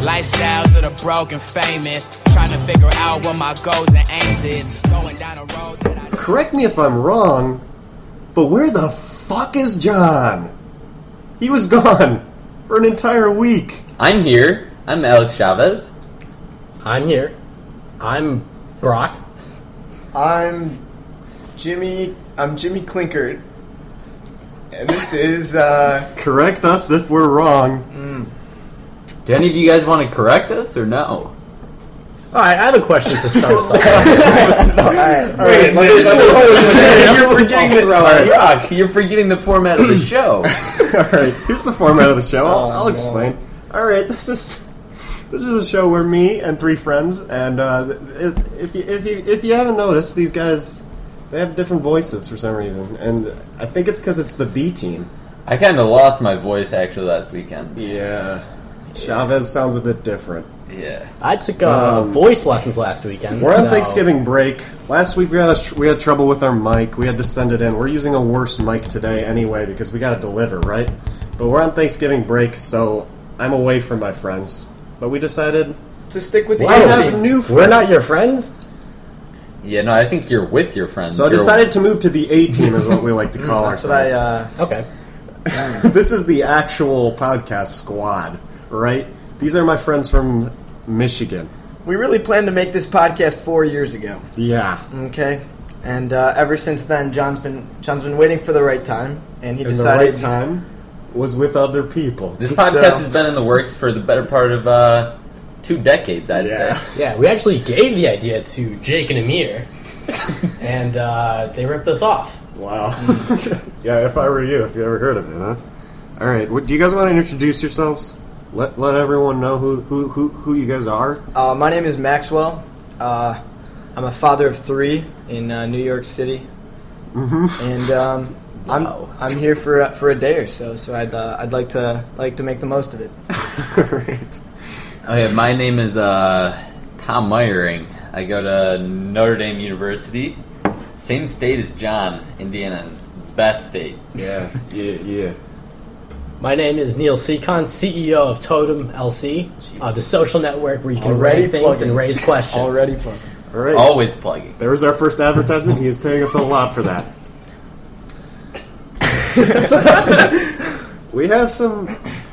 Lifestyles of the broken famous. Trying to figure out what my goals and aims is. Going down a road that I Correct me if I'm wrong, but where the fuck is John? He was gone for an entire week. I'm here. I'm Alex Chavez. I'm here. I'm Brock. I'm Jimmy. I'm Jimmy Clinkert, and this is uh, Correct us if we're wrong. Do any of you guys want to correct us or no? All right, I have a question to start us off. Wait, you're forgetting the Brock, you're forgetting the format of the show. Alright, here's the format of the show. I'll, Oh, I'll no. explain. Alright, this is. This is a show where me and three friends, and uh, if, if, you, if, you, if you haven't noticed, these guys, they have different voices for some reason. And I think it's because it's the B team. I kind of lost my voice actually last weekend. Yeah. Chavez sounds a bit different. Yeah. I took uh, Um, voice lessons last weekend. We're on so- Thanksgiving break. Last week we had a tr- we had trouble with our mic. We had to send it in. We're using a worse mic today anyway because we got to deliver, right? But we're on Thanksgiving break, so I'm away from my friends. But we decided to stick with the I have team. new friends. We're not your friends. Yeah, no, I think you're with your friends. So I You're- decided to move to the A team, is what we like to call That's what I. ourselves. Uh, Okay. this is the actual podcast squad, right? These are my friends from Michigan. we really planned to make this podcast four years ago. Yeah, Mm, Okay, and uh, ever since then, John's been John's been waiting for the right time, and he and the decided right time was with other people. This podcast So- has been in the works for the better part of uh, two decades, I'd Yeah. say. Yeah, we actually gave the idea to Jake and Amir, and uh, they ripped us off. Wow. yeah, if I were you, if you ever heard of it, huh? All right. What, do you guys want to introduce yourselves? Let let everyone know who who who, who you guys are. Uh, my name is Maxwell. Uh, I'm a father of three in uh, New York City, Mm-hmm. and um, I'm Wow. I'm here for uh, for a day or so. So I'd uh, I'd like to like to make the most of it. All right. Okay, my name is uh, Tom Meyering. I go to Notre Dame University, same state as John. Indiana's best state. Yeah. Yeah. Yeah. My name is Neil Seacon, CEO of Totem LC, uh, the social network where you can Already rate things plugging. and raise questions. Already fun. All right. Oh. Always plugging. There was our first advertisement. He is paying us a lot for that. So, we have some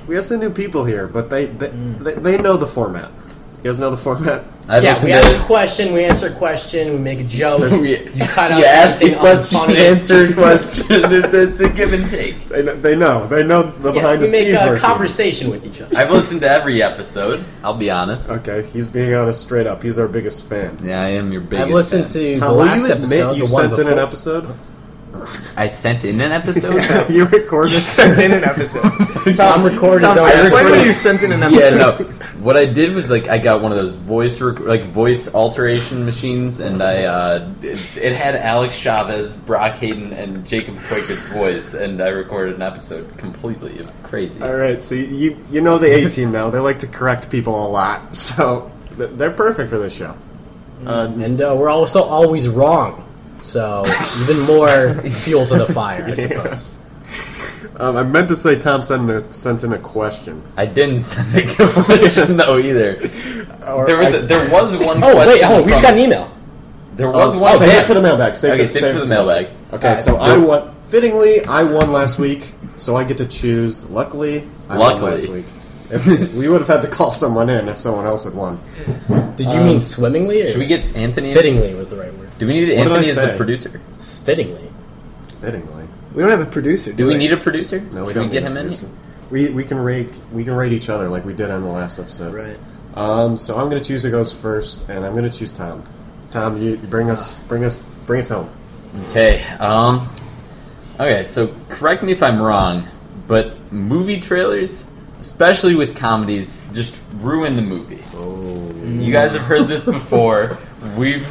we have some new people here, but they they, Mm. they they know the format. You guys know the format. I've Yeah, listened we ask a to. question, we answer a question, we make a joke. We- you cut out you ask a anything question, unfunny. answer a question. It's it's a give and take. They know, they know. They know the Yeah, behind we the make scenes a working. conversation with each other. I've listened to every episode. I'll be honest. Okay, he's being honest straight up. He's our biggest fan. Yeah, I am your biggest. I've listened fan. to the Tom, will last you admit episode, you the one sent in an before. episode? I sent in an episode. you recorded. sent in an episode. Tom records his Tom, own explain episode. when you sent in an yeah, episode. no. What I did was like I got one of those voice rec- like voice alteration machines, and I uh, it, it had Alex Chavez, Brock Hayden, and Jacob Quaker's voice, and I recorded an episode completely. It was crazy. All right, so you you know the A team now. They like to correct people a lot, so th- they're perfect for this show. Uh, And uh, we're also always wrong. So even more fuel to the fire, I suppose. yes. Um, I meant to say Tom sent in a, sent in a question. I didn't send a good question though either. Or There was I- a, there was one. Oh wait, question hold on, we just got from- an email. There was Oh, one. save yeah. it for the mailbag. Save okay, it, save it for the mailbag. Okay, so I won. Fittingly, I won last week, so I get to choose. Luckily, I Luckily. won last week. If, we would have had to call someone in if someone else had won. Did you mean swimmingly? Or Should we get Anthony? fittingly was the right word. Do we need did I Anthony as the say? producer? It's fittingly. Fittingly. We don't have a producer. Do, Do we need a producer? No, we Should don't we get need him to in? do so. We we can rate we can rate each other like we did on the last episode. Right. Um. So I'm gonna choose who goes first, and I'm gonna choose Tom. Tom, you, you bring us bring us bring us home. Okay. Um. Okay. So correct me if I'm wrong, but movie trailers, especially with comedies, just ruin the movie. Oh. You guys have heard this before. We've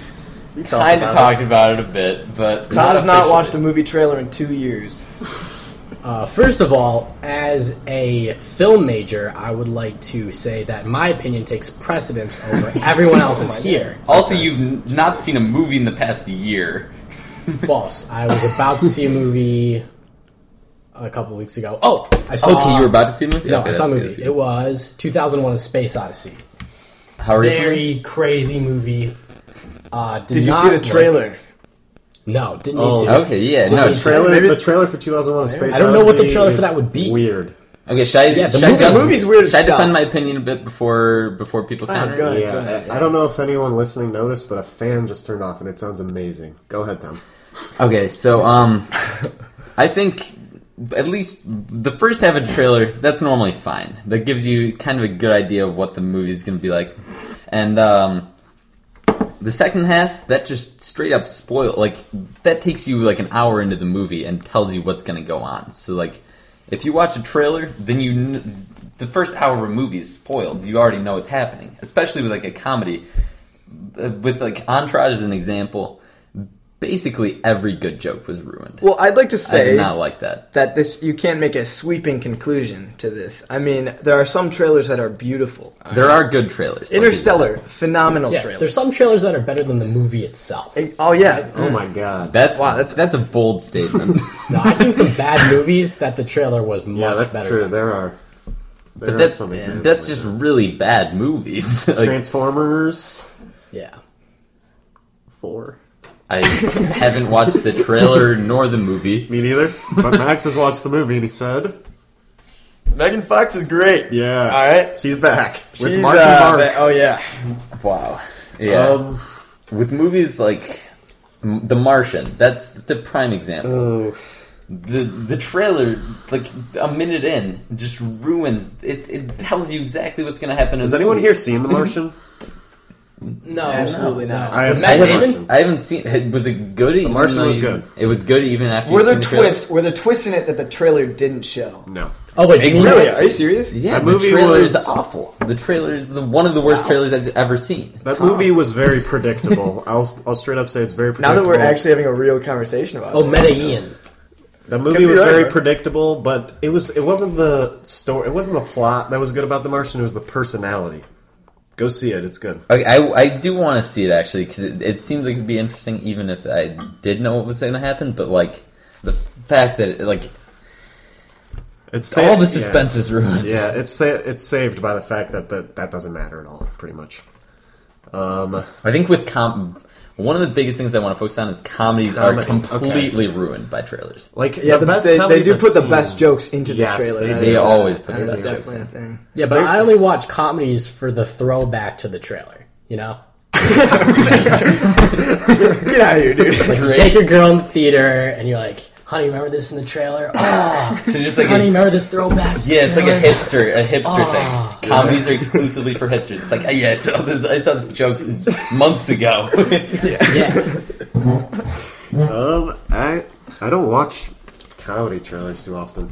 talked kind of about talked about it a bit, but Tom's not officially. watched a movie trailer in two years. Uh, first of all, as a film major, I would like to say that my opinion takes precedence over everyone else's here. Also, you've n- not seen a movie in the past year. False. I was about to see a movie a couple weeks ago. Oh, I saw, okay, you were about to see a movie. No, Okay, I saw a that's good, movie. that's It was 2001: A Space Odyssey. good. How recently? Very crazy movie. Uh, did Did you not see the look- trailer? no, didn't Oh, need to. Okay, yeah, no. The it's- trailer, maybe- the trailer for 2001: A Space I don't know what the Odyssey trailer for is that would be. Weird. Okay, should I? Yeah, the should I movie- the just- movie's weird as Should I defend hell. my opinion a bit before before people Oh, counter? go ahead, go Yeah, ahead. I, I don't know if anyone listening noticed, but a fan just turned off, and it sounds amazing. Go ahead, Tom. Okay, so um, I think at least the first half of the trailer that's normally fine. That gives you kind of a good idea of what the movie's going to be like, and um, the second half that just straight up spoil like that takes you like an hour into the movie and tells you what's going to go on. So like, if you watch a trailer, then you. Kn- the first hour of a movie is spoiled. You already know what's happening, especially with like a comedy. Uh, With like Entourage as an example, basically every good joke was ruined. Well, I'd like to I did say not like that. that this you can't make a sweeping conclusion to this. I mean, there are some trailers that are beautiful. There are good trailers. like Interstellar, phenomenal Yeah, trailer. there's some trailers that are better than the movie itself. Oh yeah, Oh my god, That's Wow, that's- that's that's a bold statement. No, I've seen some bad movies that the trailer was much yeah, that's better. true. Than. There are, there but are that's some examples that's like just that. really bad movies. like, Transformers Yeah, Four. I haven't watched the trailer nor the movie. Me neither. But Max has watched the movie, and he said, Megan Fox is great. "Yeah, All right. she's back with She's, Marky uh, Mark." ba- Oh yeah. Wow. Yeah. Um, With movies like M- The Martian, that's the prime example. the the trailer like a minute in just ruins it. It tells you exactly what's going to happen. in has the anyone movie. here seen The Martian? no, Absolutely not. I have Matt I seen The Damon? Martian. haven't, I haven't seen. It was it good? The Martian was good. It was good even after. Were you'd there seen the trailer? twists? Were there twists in it that the trailer didn't show? No. Oh wait, do you mean- Really? Are you serious? Yeah, That the movie trailer was- is awful. The trailer is the one of the worst trailers I've ever seen. That movie was very predictable. I'll, I'll straight up say it's very Now predictable. that we're actually having a real conversation about Oh, this. Medellin. the Could be movie was right, very right? predictable, but it was it wasn't the story, it wasn't the plot that was good about The Martian. It was the personality. Go see it; it's good. Okay, I, I do want to see it actually because it, it seems like it'd be interesting even if I did know what was going to happen. But like the fact that like It's sa- all the suspense Yeah. is ruined. Yeah, it's sa- it's saved by the fact that the, that doesn't matter at all, pretty much. Um, I think with com, one of the biggest things I want to focus on is comedies are Comedy, okay. completely ruined by trailers. like Yeah, the best they, they comedies do I've put the seen- best jokes into the Yes, trailer. they- That they is- always put that the is best jokes definitely a in. thing. Yeah, but I only watch comedies for the throwback to the trailer. You know, Get out of here, dude. like you Great. take your girl in the theater and you're like, "Honey, remember this in the trailer? Oh, So just like a- honey, remember this throwback?" to the yeah, it's like a trailer?" hipster, a hipster Ah. thing. Comedies are exclusively for hipsters. It's like, oh, yeah, I saw this, I saw this joke months ago. Yeah, Um, I I don't watch comedy trailers too often.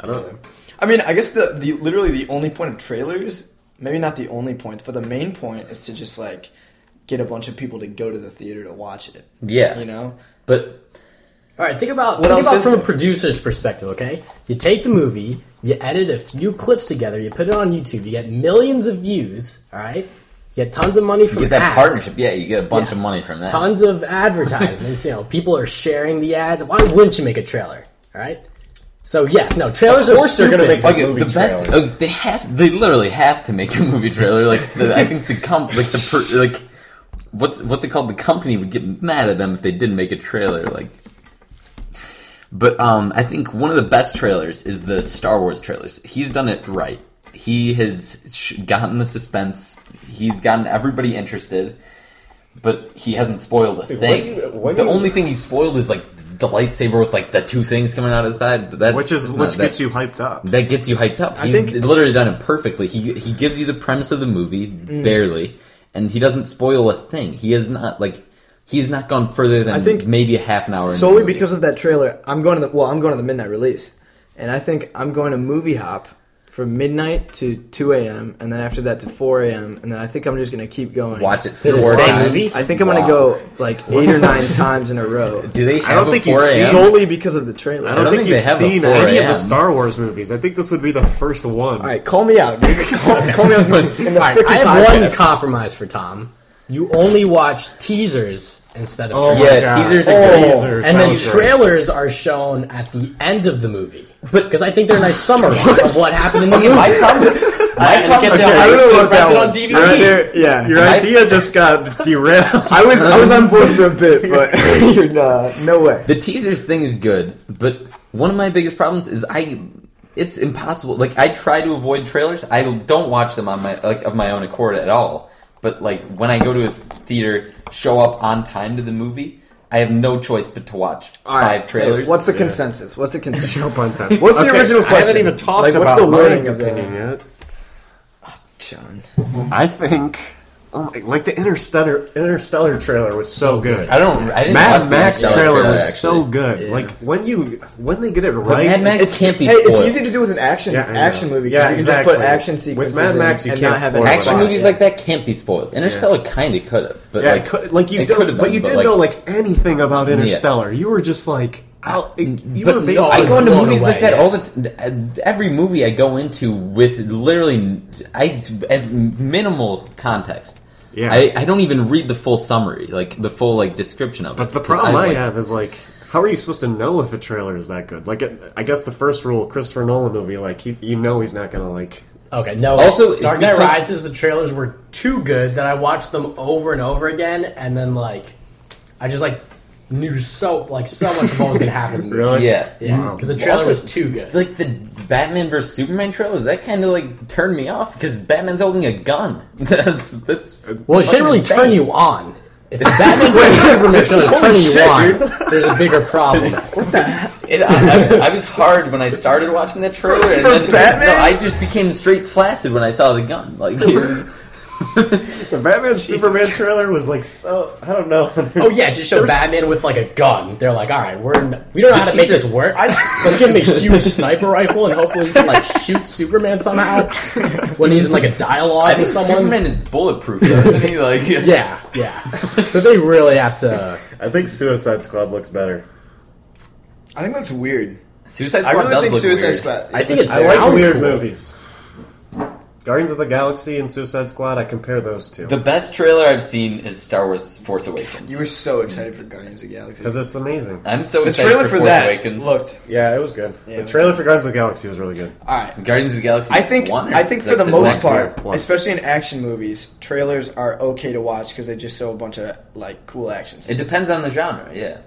I don't. I mean, I guess the, the literally the only point of trailers, maybe not the only point, but the main point is to just like get a bunch of people to go to the theater to watch it. yeah, You know? but All right, think about What think else about is from a there? producer's perspective. Okay, you take the movie, you edit a few clips together, you put it on YouTube, you get millions of views. All right, you get tons of money from get that ads, partnership. Yeah, you get a bunch Yeah. of money from that. tons of advertisements. you know, people are sharing the ads. Why wouldn't you make a trailer? All right. So yes, no trailers are course they're stupid. gonna make a Okay, movie the best. trailer. oh, they have. They literally have to make a movie trailer. Like the, I think the comp, like the per, like what's what's it called? The company would get mad at them if they didn't make a trailer. Like, but um, I think one of the best trailers is the Star Wars trailers. He's done it right. He has sh- gotten the suspense. He's gotten everybody interested, but he hasn't spoiled a what thing. do you- what the do you- only thing he spoiled is like the lightsaber with like the two things coming out of the side. But that's Which that's is not which that- gets you hyped up. that gets you hyped up. He's think- literally done it perfectly. He he gives you the premise of the movie Mm. barely, and he doesn't spoil a thing. He has not like he's not gone further than I think maybe a half an hour. into the Solely movie. because of that trailer, I'm going to the well, I'm going to the midnight release. And I think I'm going to movie hop from midnight to two AM and then after that to four AM and then I think I'm just gonna keep going. watch it the four same times. movie? I think I'm gonna Wow. go like eight or nine times in a row. Do they? Have I don't think you four see- a.m.? Solely because of the trailer. I don't, think, they you've have a seen 4 any of the a.m.. Star Wars movies. I think this would be the first one. All right, call me out, dude. Call, call me out in the All right, frickin' I have one podcast. compromise for Tom. You only watch teasers instead of Oh trailers. my Yeah, God. teasers Oh, are great. teasers and then sounds great. trailers are shown at the end of the movie. Because I think they're nice summaries of what happened in the movie. My problem. My problem. get to- I don't know about that rented one. on DVD. Right there, yeah. Your I- idea just got derailed. I was I was on board for a bit, but you're not. No way. The teasers thing is good, but one of my biggest problems is I. It's impossible. Like I try to avoid trailers. I don't watch them on my like of my own accord at all. But like when I go to a theater, show up on time to the movie, I have no choice but to watch five trailers. What's the Yeah. consensus? What's the consensus? Jump on time. What's the original I question? haven't even talked Like, about what's the my wording of the- opinion yet. John. I think, oh my, like the Interstellar Interstellar trailer was so, good. I don't. I didn't. watch Mad the Max Interstellar trailer was actually. so good. Like when you when they get it But right, Mad Max it's- can't be Hey, spoiled. it's easy to do with an action Yeah, I know. action movie. 'cause Yeah, you can exactly. just put action With sequences Mad in Max, you and can't not have spoil an it. Action Yeah. movies like that can't be spoiled. Interstellar kind of could have, but yeah, like, it could- like you it could don't, have but been, you didn't know like anything about Interstellar. You were just like, out, it, you were But basically. no, I go into blown movies away, like that yeah. all the t- every movie I go into with literally I as minimal context. Yeah. I, I don't even read the full summary, like the full like description of it. But the 'cause problem I, like- have is like, how are you supposed to know if a trailer is that good? Like, it, I guess the first rule, Christopher Nolan movie, like he, you know, he's not gonna like. Okay, no. Also, Dark Knight because- Rises, the trailers were too good that I watched them over and over again, and then like, I just like knew so like so much of what was gonna happen. to me. Really? yeah. Yeah, Wow. because the trailer Also- was too good. Like the Batman vs Superman trailer, that kind of like turned me off because Batman's holding a gun. that's that's Well, it shouldn't really fucking turn insane. you on. If the Batman vs Superman trailer is turning you on, there's a bigger problem. It, I, I, was, I was hard when I started watching that trailer, and then Batman? No, I just became straight flaccid when I saw the gun. Like, The Batman Superman trailer was like so. I don't know. Oh yeah, just show Batman with like a gun. They're like, all right, we're in, we don't know how to make Jesus. this work. Let's give him a huge sniper rifle and hopefully he can like shoot Superman somehow when he's in like a I dialogue think with someone. Superman is bulletproof, though, isn't he? Like, Yeah, yeah. So they really have to. I think Suicide Squad looks better. I think that's weird. Suicide Squad does look weird. I think it I like sounds weird cool. movies. Guardians of the Galaxy and Suicide Squad. I compare those two The best trailer I've seen is Star Wars: Force Awakens. You were so excited for Guardians of the Galaxy. because it's amazing. I'm so The excited trailer for, for Force that Awakens. looked Yeah, it was good. Yeah, it the was trailer for Guardians of the Galaxy was really good. all right. Guardians of the Galaxy. I think one or- I think for like the next most one. part, One. especially in action movies, trailers are okay to watch because they just show a bunch of like cool actions. It depends on the genre. Yeah,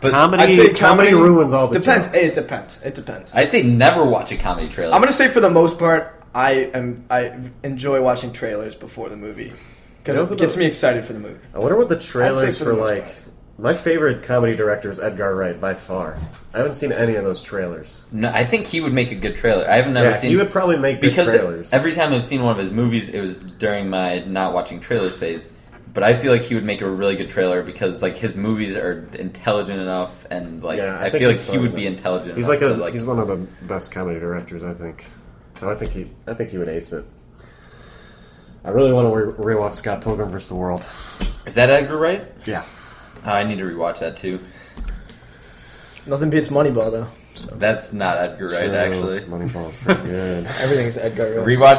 but comedy, comedy, ruins all the depends. jokes. It depends. It depends. I'd say never watch a comedy trailer. I'm gonna say for the most part, I am I enjoy watching trailers before the movie because You know, it gets the- me excited for the movie. I wonder what the I'd trailers say for for, the most like. part. My favorite comedy director is Edgar Wright by far. I haven't seen any of those trailers. No, I think he would make a good trailer. I have never yeah, seen. he would probably make good because trailers. every time I've seen one of his movies, it was during my not watching trailers phase. But I feel like he would make a really good trailer because like his movies are intelligent enough, and like Yeah, I I, think feel like he's he funny, would though. be intelligent. he's enough like a to, like he's one of the best comedy directors, I think. So I think he I think he would ace it. I really want to re- rewatch Scott Pilgrim vs. the World. is that Edgar Wright? Yeah, Uh, I need to rewatch that too. Nothing beats Moneyball though. That's not Edgar Wright True. actually. Moneyball's pretty good. Everything's Edgar Wright. Rewatch,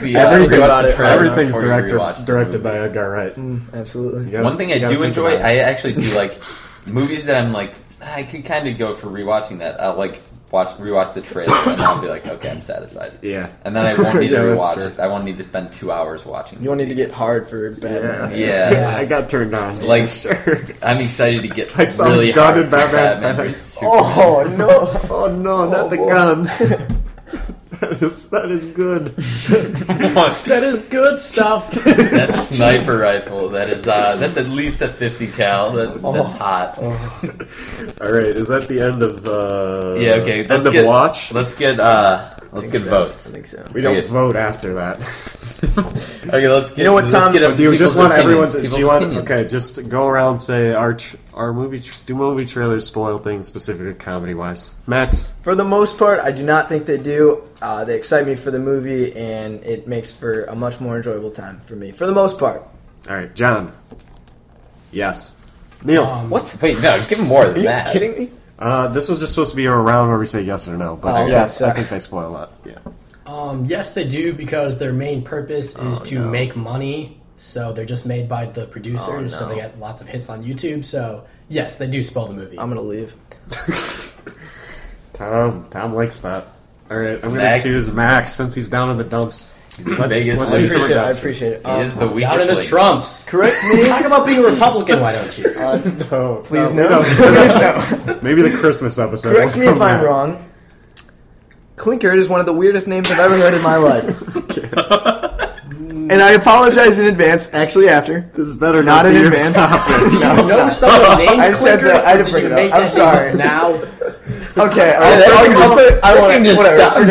the. Uh, Everything rewatch about the it. trailer Everything's before you rewatch directed the directed movie. by Edgar Wright. Absolutely. You gotta- One thing I you gotta do think enjoy, about I it. actually do like movies that I'm like, "Ah, I could kind of go for rewatching that. I'll like watch rewatch the trailer and I'll be like, okay, I'm satisfied. yeah, And then I won't need to Yeah, that's rewatch true. it. I won't need to spend two hours watching. You won't need to get hard for Batman. Yeah. Yeah. I got turned on. uh, Like- sure. I'm excited to get I saw really a gun in hard for Batman's Batman hand. versus Superman. Oh no! Oh no, not the boy. gun. that is that is good. That is good stuff. that sniper rifle. That is uh, that's at least a 50 cal. That, Oh. that's hot. All right, is that the end of uh, Yeah. Okay. end Let's of get watch? Let's get uh, let's get I votes. think so. We don't Okay. vote after that. Okay. Let's get. You know what, let's Tom? Get a- Do you people's just want everyone? opinions, To, do people's you want? opinions. Okay, just go around say our tr- our movie tr- do movie trailers spoil things specifically comedy wise. Max, For the most part, I do not think they do. Uh, they excite me for the movie, and it makes for a much more enjoyable time for me. For the most part, all right, John. Yes, Neil. what? Wait, no, give him more Are than you that. kidding me? Uh, this was just supposed to be a round where we say yes or no, but Oh, I, okay, guess, I sorry. think they spoil a lot. Yeah. Oh, Um, yes, they do because their main purpose is to make money. so they're just made by the producers. So no. they get lots of hits on YouTube. So yes, they do spoil the movie. I'm gonna leave. Tom, Tom likes that. All right, I'm going to Max. choose Max since he's down in the dumps. Let's, biggest let's I do loser. some appreciate it. I adoption. appreciate it. He Um, is the weakest Down in the link. Trumps. correct me. Talk about being a Republican. Why don't you? No, Please no, no. no. Please no. Maybe the Christmas episode. Correct will me if come I'm back. wrong. Clinkert is one of the weirdest names I've ever heard in my life. and I apologize in advance. Actually, after This is better not, not in be your advance. topic. no, You it's know not. someone named I just had to- Clicker, I had or to did bring you it up. make I'm that sorry. name Now Okay, all right. That I'll, I'll just- say, I want fucking it. just Whatever.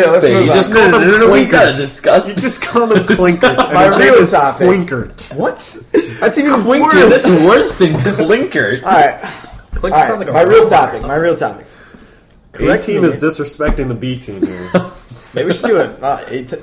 sounds Okay, let's bad. move You on. just No, no, no, no, We Clinkert. gotta discuss. You just call him Clinkert. and My his name real is topic. Clinkert. What? That's even Dude, worse. this is worse than Clinkert. All right, Clicker all right. sounds like a my real robot or topic. My something. real topic. A Correct team me. is disrespecting the B team. here. Maybe we should do it. Uh, eight t-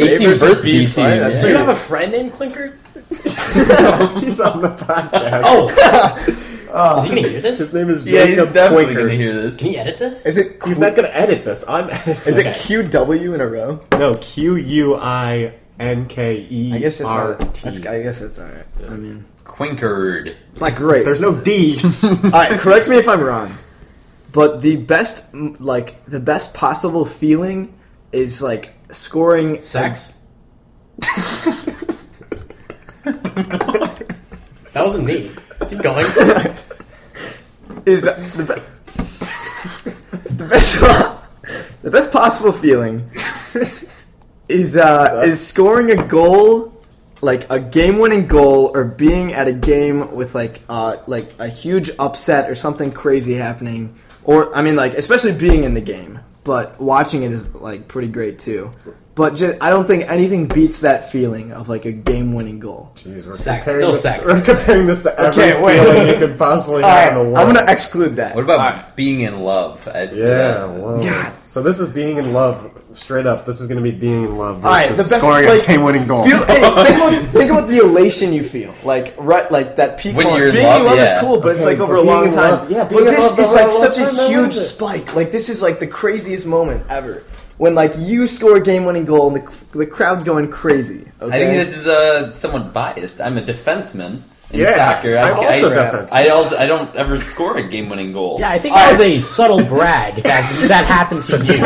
18 versus versus B B, team. right? That's yeah. Do you have a friend named Clinker? He's on the podcast. Oh, is he Um, gonna hear His this? name is Yeah, he's Jacob definitely gonna Quinker. hear this. Can he edit this? is it? He's not going to edit this. I'm editing. Is it Okay. QW in a row? No, Q U I N K E I guess it's R all right. T. That's, I guess that's all right. I mean, Quinkerd. it's not great. There's no D. all right, correct me if I'm wrong, but the best, mm, like the best possible feeling is like scoring. Sex. that wasn't me. Keep going. is the, be- the best the best possible feeling is uh, is scoring a goal like a game winning goal or being at a game with like uh, like a huge upset or something crazy happening or I mean like especially being in the game but watching it is like pretty great too but ju- I don't think anything beats that feeling of like a game winning goal Jeez, we're Sex. comparing Still this- sex. We're comparing this to every Okay, wait. feeling you could possibly all right have in the I'm world. gonna exclude that What about being in love? uh, I'd say yeah, that. whoa. So this is being in love. Straight up, this is going to be being in love versus All right, the best scoring like, a game-winning goal. Feel, hey, think, about, think about the elation you feel, like right, like that peak. When moment. you're in being love, in love yeah. is cool, but it's Okay, like over but a being long in time. love- yeah, being but in this love's is over like a such long a time, I huge love it. spike. Like this is like the craziest moment ever. When like you score a game-winning goal and the, the crowd's going crazy. Okay? I think this is uh, somewhat biased. I'm a defenseman in Yeah, soccer. I, I'm also I, defenseman. I also I don't ever score a game-winning goal. Yeah, I think that was a subtle brag that that happened to you,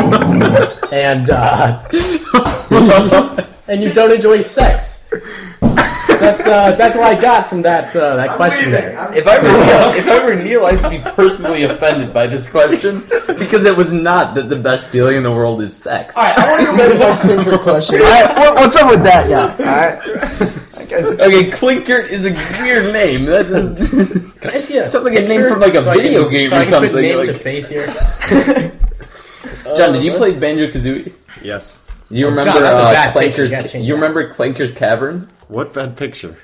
and uh, and you don't enjoy sex. That's uh, that's what I got from that uh, that question there. If I were Neil, if I were Neil, I'd be personally offended by this question because it was not that the best feeling in the world is sex. All right, I want to go back to my clinker question. All right, what, what's up with that now? All right, Okay, Clinkert is a weird name. That is, Can I see a Sounds like a name picture from, like, a so I can- video game so or I can put something, name to like- face here. John, did you play Banjo Kazooie? yes. Do you remember John, that's a uh, bad picture. You Clanker's? gotta Ca- change you that. remember Clanker's Cavern? What bad picture?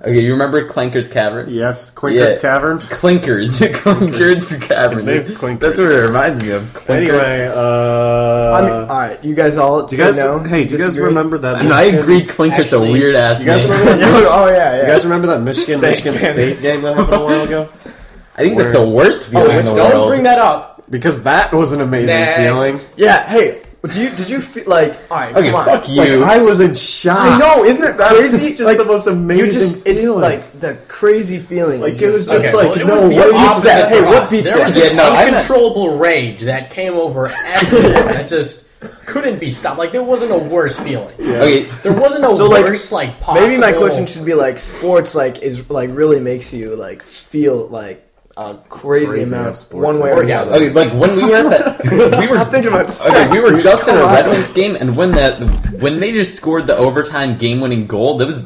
Okay, you remember Clanker's Cavern? Yes, Quinkert's Yeah. Cavern. Clinkers, Clinker's Cavern. His name's Clinker. That's what it reminds me of. Clinker. Anyway, uh... I mean, all right, you guys all do say you guys, no. hey, do you guys disagree? remember that? And I Michigan- agree, Clinker's a Actually, weird ass You guys name. remember that? oh yeah, yeah. You guys remember that Michigan Michigan man. State game that happened a while ago? I think that's the Oh, worst feeling in the Don't world. bring that up. Because that was an amazing Next. feeling. yeah, hey, do you did you feel like? All right, okay, come on. fuck you. Like I was in shock. I know, isn't it crazy? It's just the most amazing You just, it's feeling. like the crazy feeling. Like is it was just Okay, like well, it no, was the what opposite is that? for Hey, what us. beats There was that? Yeah, an no, I'm not- uncontrollable rage that came over everyone that just couldn't be stopped. Like there wasn't a worse feeling. okay, There wasn't a So, like, worse like, possible. maybe my question should be like sports, like is like really makes you like feel like a crazy crazy how amount sports one way or works. the Yeah, other. okay, like when we were at that, we were Stop thinking about okay, sex. we were dude. just at a Come on. Red Wings game, and when that when they just scored the overtime game-winning goal, that was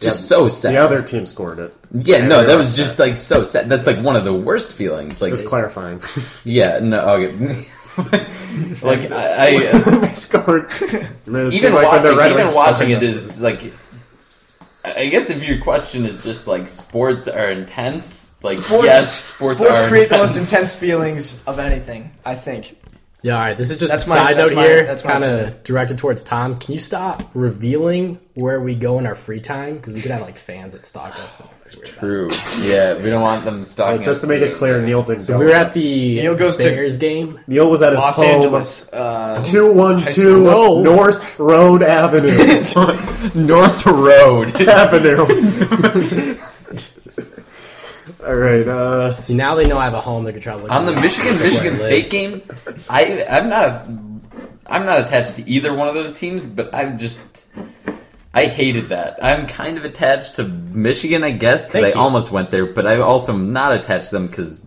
just so sad. The other team scored it. yeah, Yeah, no, we that were was just like so sad. That's like one of the worst feelings. Like, Just clarifying. yeah, no, okay. like I, I they scored. Man, it even seemed like when the watching, Red even Wings watching scored, it is like. I guess if your question is just like sports are intense, like Sports, yes, sports, are create the intense. most intense feelings of anything. I think. Yeah, all right. This is just That's a my- side that's note my- here. that's my kind of directed towards Tom. Can you stop revealing where we go in our free time? Because we could have like fans that stalk us. True. Yeah, we don't want them stalking. Just to us make too. it clear, Neil didn't go. We were with at us. the Neil goes to- Bears game. Neil was at his Los home. Angeles. Uh, Two one two No. North Road Avenue. North Road. Avenue. All right. Uh, See, now they know I have a home. They can try to look On the me up. Michigan Where I Michigan live. State game, I I'm not a, I'm not attached to either one of those teams, but I'm just I hated that. I'm kind of attached to Michigan, I guess, because Thank I you. almost went there, but I also am not attached to them because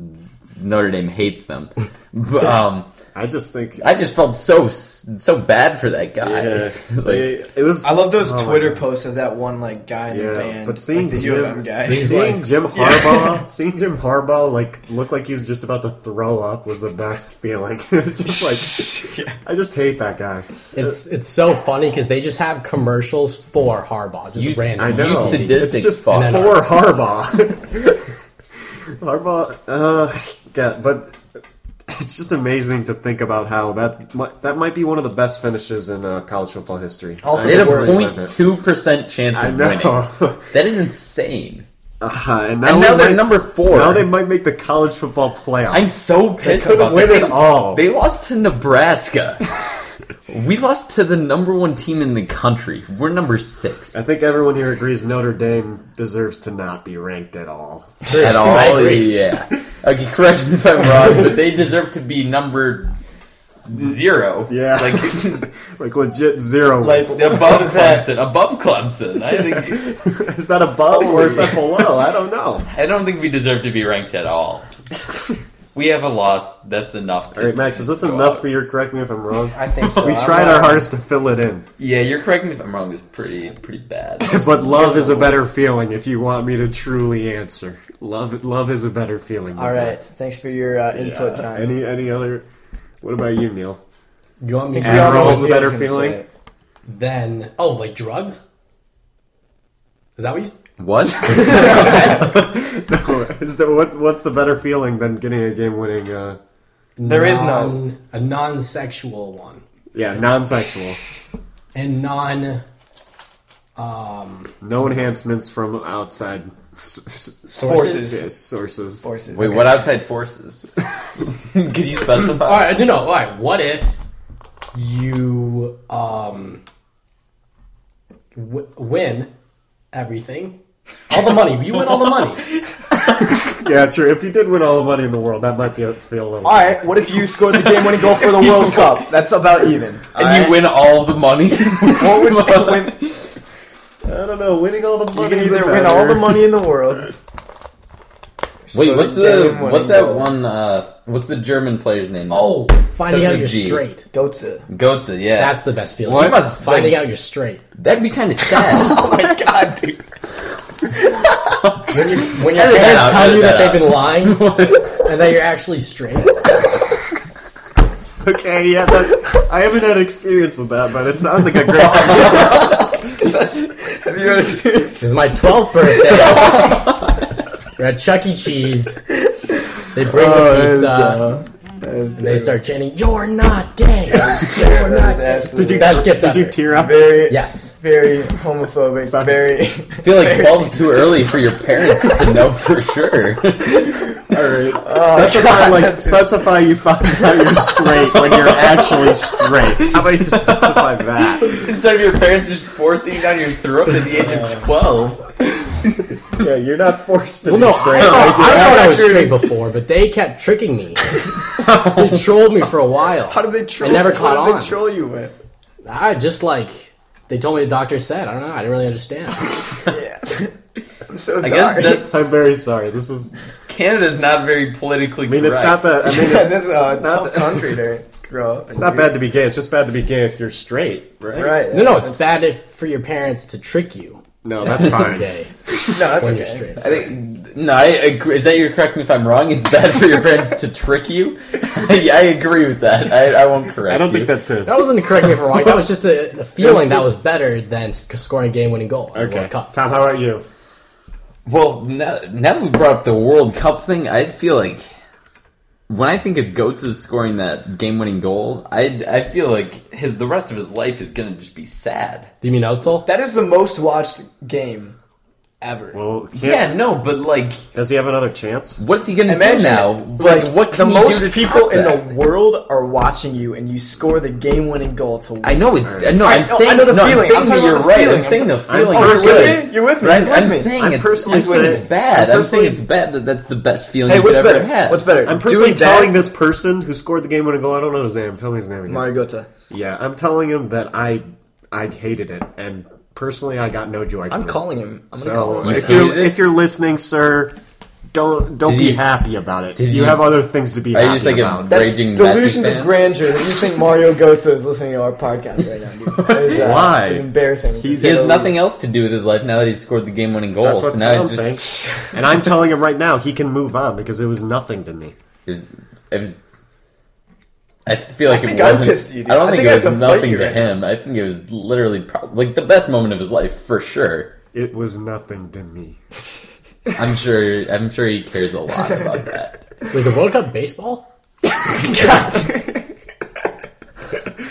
Notre Dame hates them. but um, I just think. I just felt so s- so bad for that guy. Yeah, like, they- it was. I love those oh my Twitter God. posts of that one like guy in Yeah, the band, but seeing like, the U of Jim, M guy. seeing like, Jim Harbaugh, seeing Jim Harbaugh like look like he was just about to throw up was the best feeling. it was just like I just hate that guy. It's it's so funny because they just have commercials for Harbaugh, just you, s- I random. know. you sadistic It's just fuck. And then- Poor Harbaugh. Harbaugh, uh, yeah, but it's just amazing to think about how that mi- that might be one of the best finishes in uh, college football history. Also, They had the a worst. believe point it. two percent chance I of winning. know. That is insane. Uh, and And now we they're might- number four. Now they might make the college football playoff. I'm so pissed couldn't about win that. it all. They lost to Nebraska. we lost to the number one team in the country. We're number six I think everyone here agrees Notre Dame deserves to not be ranked at all. at all. I agree. Yeah. Okay, correct me if I'm wrong, but they deserve to be number zero. Yeah. Like Like legit zero. Like, above Clemson. Above Clemson. I think is that above or is that below? I don't know. I don't think we deserve to be ranked at all. We have a loss. That's enough. to- All right, Max, is this go enough out. for your correct me if I'm wrong? I think so. We I'm tried not- our hardest to fill it in. Yeah, you're correct me if I'm wrong. It's pretty pretty bad. But love is a better feeling if you want me to truly answer. Love love is a better feeling. All right, thanks for your uh, input, Yeah. John. Any any other what about you, Neil? You want me to We all know Adderall's what a better Neil's gonna feeling? say. then? Oh, like drugs? Is that what you? s- What? is there, what what's the better feeling than getting a game winning uh There is none. non, a non-sexual one yeah, non sexual. and non. Um, No Uh-huh. enhancements from outside s- s- Forces. s- sources. Forces. Wait, what outside forces? Could you specify? All right, no, no. All right, what if you um w- win everything, all the money? You win all the money. Yeah, true. If you did win all the money in the world, that might be a, feel a little. All right, what if you scored the game-winning goal for the World Cup? That's about even. And you win all the money. Or would you win? I don't know. Winning all the You money can is a either win all the money in the world. Wait, what's Game the winning what's that goal. one? Uh, what's the German player's name? Oh, finding Except out the you're G. straight. Goetze. Goetze. Yeah, That's the best feeling. What? He must Finding like, out you're straight. That'd be kind of sad. My God, dude. When your Edit that out, parents tell edit you that that, they've been lying and that you're actually straight. Okay, yeah. That, I haven't had experience with that, but it sounds like a great. Have you had experience? This is my 12th birthday. We're at Chuck E. Cheese. They bring Oh, the pizza. uh, and they start chanting, "You're not gay. You're not gay." absolutely Best gift Did you ever. tear up? very, Yes. very homophobic. Stop it. very. I feel like twelve's too early for your parents to know for sure. All right. Oh, specify God, like that's- specify you find out you're straight when you're actually straight. How about you specify that? Instead of your parents just forcing it down your throat at the age of twelve. Yeah, you're not forced to Well, no, be I straight. thought, right? I, thought I was You're straight before, but they kept tricking me. they trolled me for a while. How did they troll? I never what caught did on. They troll you with. I just like they told me the doctor said. I don't know. I didn't really understand. Yeah. I'm so I sorry. guess that's I'm very sorry. This is. Canada's not very politically. I mean, it's not that. I mean, Yeah, it's this is a tough not, country to grow up. It's not bad to be gay. It's just bad to be gay if you're straight, right? Right. No, no, it's bad if, for your parents to trick you. No, that's fine. Gay No, that's when okay. you're straight. I think no. I agree. Is that your correct me if I'm wrong? It's bad for your parents to trick you. yeah, I agree with that. I, I won't correct. I don't you. think that's his. That wasn't the correct me if I'm wrong. That was just a, a feeling that was better than s- scoring a game-winning goal. in the okay. World Cup. Tom, how about you? Well, now, now that we brought up the World Cup thing, I feel like when I think of Goetz scoring that game-winning goal, I I feel like his the rest of his life is gonna just be sad. Do you mean Otzel? That is the most watched game ever. Well, can't, Yeah, no, but like, does he have another chance? what's he gonna do Imagine now? it. Like, what can the he most do to people top in that? the world are watching you, and you score the game-winning goal to win. I know it's no. I I'm know- saying I know the no, feeling. I'm saying that I'm talking you're about the right. I'm feeling. saying the feeling. Oh, you're is with good. me? You're with me. But I'm- You're with I'm, me. saying I'm it's. personally I'm saying saying- it's bad. I'm I'm saying personally- it's bad that that's the best feeling Hey, you what's could ever better? have. What's better? I'm personally Doing telling that, this person who scored the game winning goal. I don't know his name. Tell me his name again. Mario Götze. Yeah, I'm telling him that I I hated it, and personally, I got no joy. From I'm it. calling him. I'm gonna call So him. You if you're hated it? if you're listening, sir, don't don't Did be you- happy about it. You, you- have other things to be Are happy you just like a about. raging Delusions Messi of fan? grandeur that you think Mario Götze is listening to our podcast right now. Dude. That is, uh, Why? It's embarrassing. to He's- say He has the nothing least. else to do with his life now that he's scored the game-winning goal. That's what so now Tom he's just thinks, and I'm telling him right now he can move on because it was nothing to me. it was, it was. I feel like I think it I'm wasn't. pissed at you, dude. I don't I think, think I it have was to fight nothing you to right him. I think it was literally prob like the best moment of his life for sure. It was nothing to me. I'm sure. I'm sure he cares a lot about that. Wait, the World Cup baseball?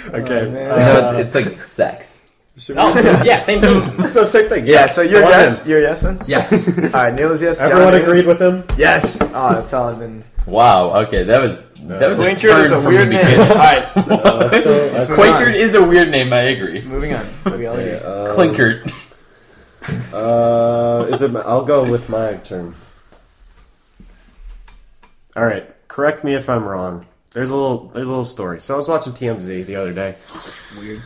Okay, Oh, man. uh, No, it's, it's like sex. should we- Oh, yeah, same thing. so same thing. Yeah, so you're I'm yes, in. you're yesing. Yes. All right, Neil is yes. John Everyone is- agreed with him. yes. Oh, that's all I've been. Wow. Okay, that was that was a Blinker turn is a from weird the name. beginning. All right, Quaker is a weird name. I agree. moving on. Maybe I'll agree. Clinker. Uh, is it? My, I'll go with my turn. All right. Correct me if I'm wrong. There's a little. There's a little story. So I was watching TMZ the other day. Weird.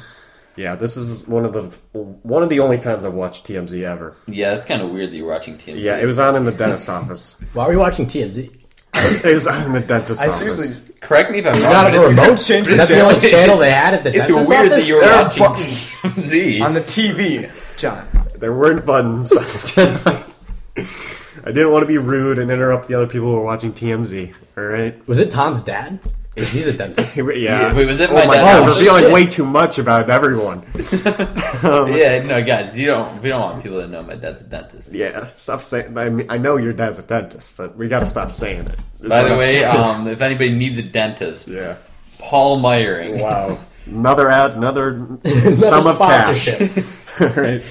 Yeah, this is one of the one of the only times I've watched TMZ ever. Yeah, that's kind of weird that you're watching TMZ. Yeah, it was on in the dentist office. Why are we watching TMZ? It was on in the dentist I office. seriously. Correct me if I'm wrong. Not but a it's- remote change the That's the only channel. channel they had at the It's, dentist's weird office? that you're There are watching buttons. TMZ. On the TV, John. There weren't buttons. on the TV. I didn't want to be rude and interrupt the other people who were watching TMZ. All right. Uh, Was it Tom's dad? Because he's a dentist. Yeah. Wait, was it oh my my dad? god, Oh, we're feeling shit. way too much about everyone. yeah, no, guys, you don't. We don't want people to know my dad's a dentist. Yeah, stop saying. I mean, I know your dad's a dentist, but we gotta stop saying it. is By what the I'm way, saying. um, if anybody needs a dentist, yeah, Paul Meyering. wow, another ad, another sum of cash. sponsorship. All right.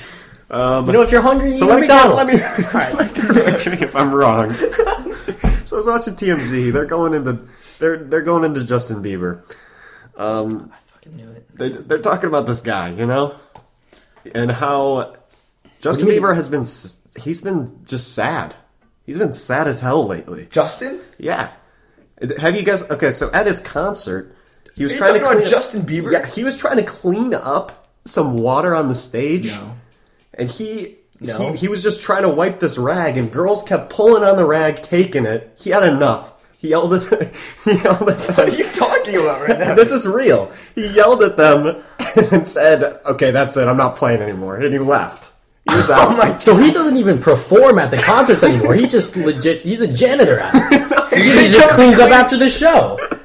You know, if you're hungry, you So eat let me, go, let McDonald's. me correct me if I'm wrong. so I was watching TMZ. They're going into they're they're going into Justin Bieber. Um, Fucking knew it. they they're talking about this guy, you know, and how Justin Bieber has been s- he's been just sad. He's been sad as hell lately. Justin? Yeah. Have you guys? Okay, so at his concert, he was Are you trying to talking about clean Justin Bieber? Yeah, he was trying to clean up some water on the stage, No. and he. No. He, he was just trying to wipe this rag, and girls kept pulling on the rag, taking it. He had enough. He yelled at them. He yelled at them. What are you talking about right now? this is real. He yelled at them and said, "Okay, that's it. I'm not playing anymore." And he left. He was out. So he doesn't even perform at the concerts anymore. He just legit, he's a janitor out there. He just cleans up after the show.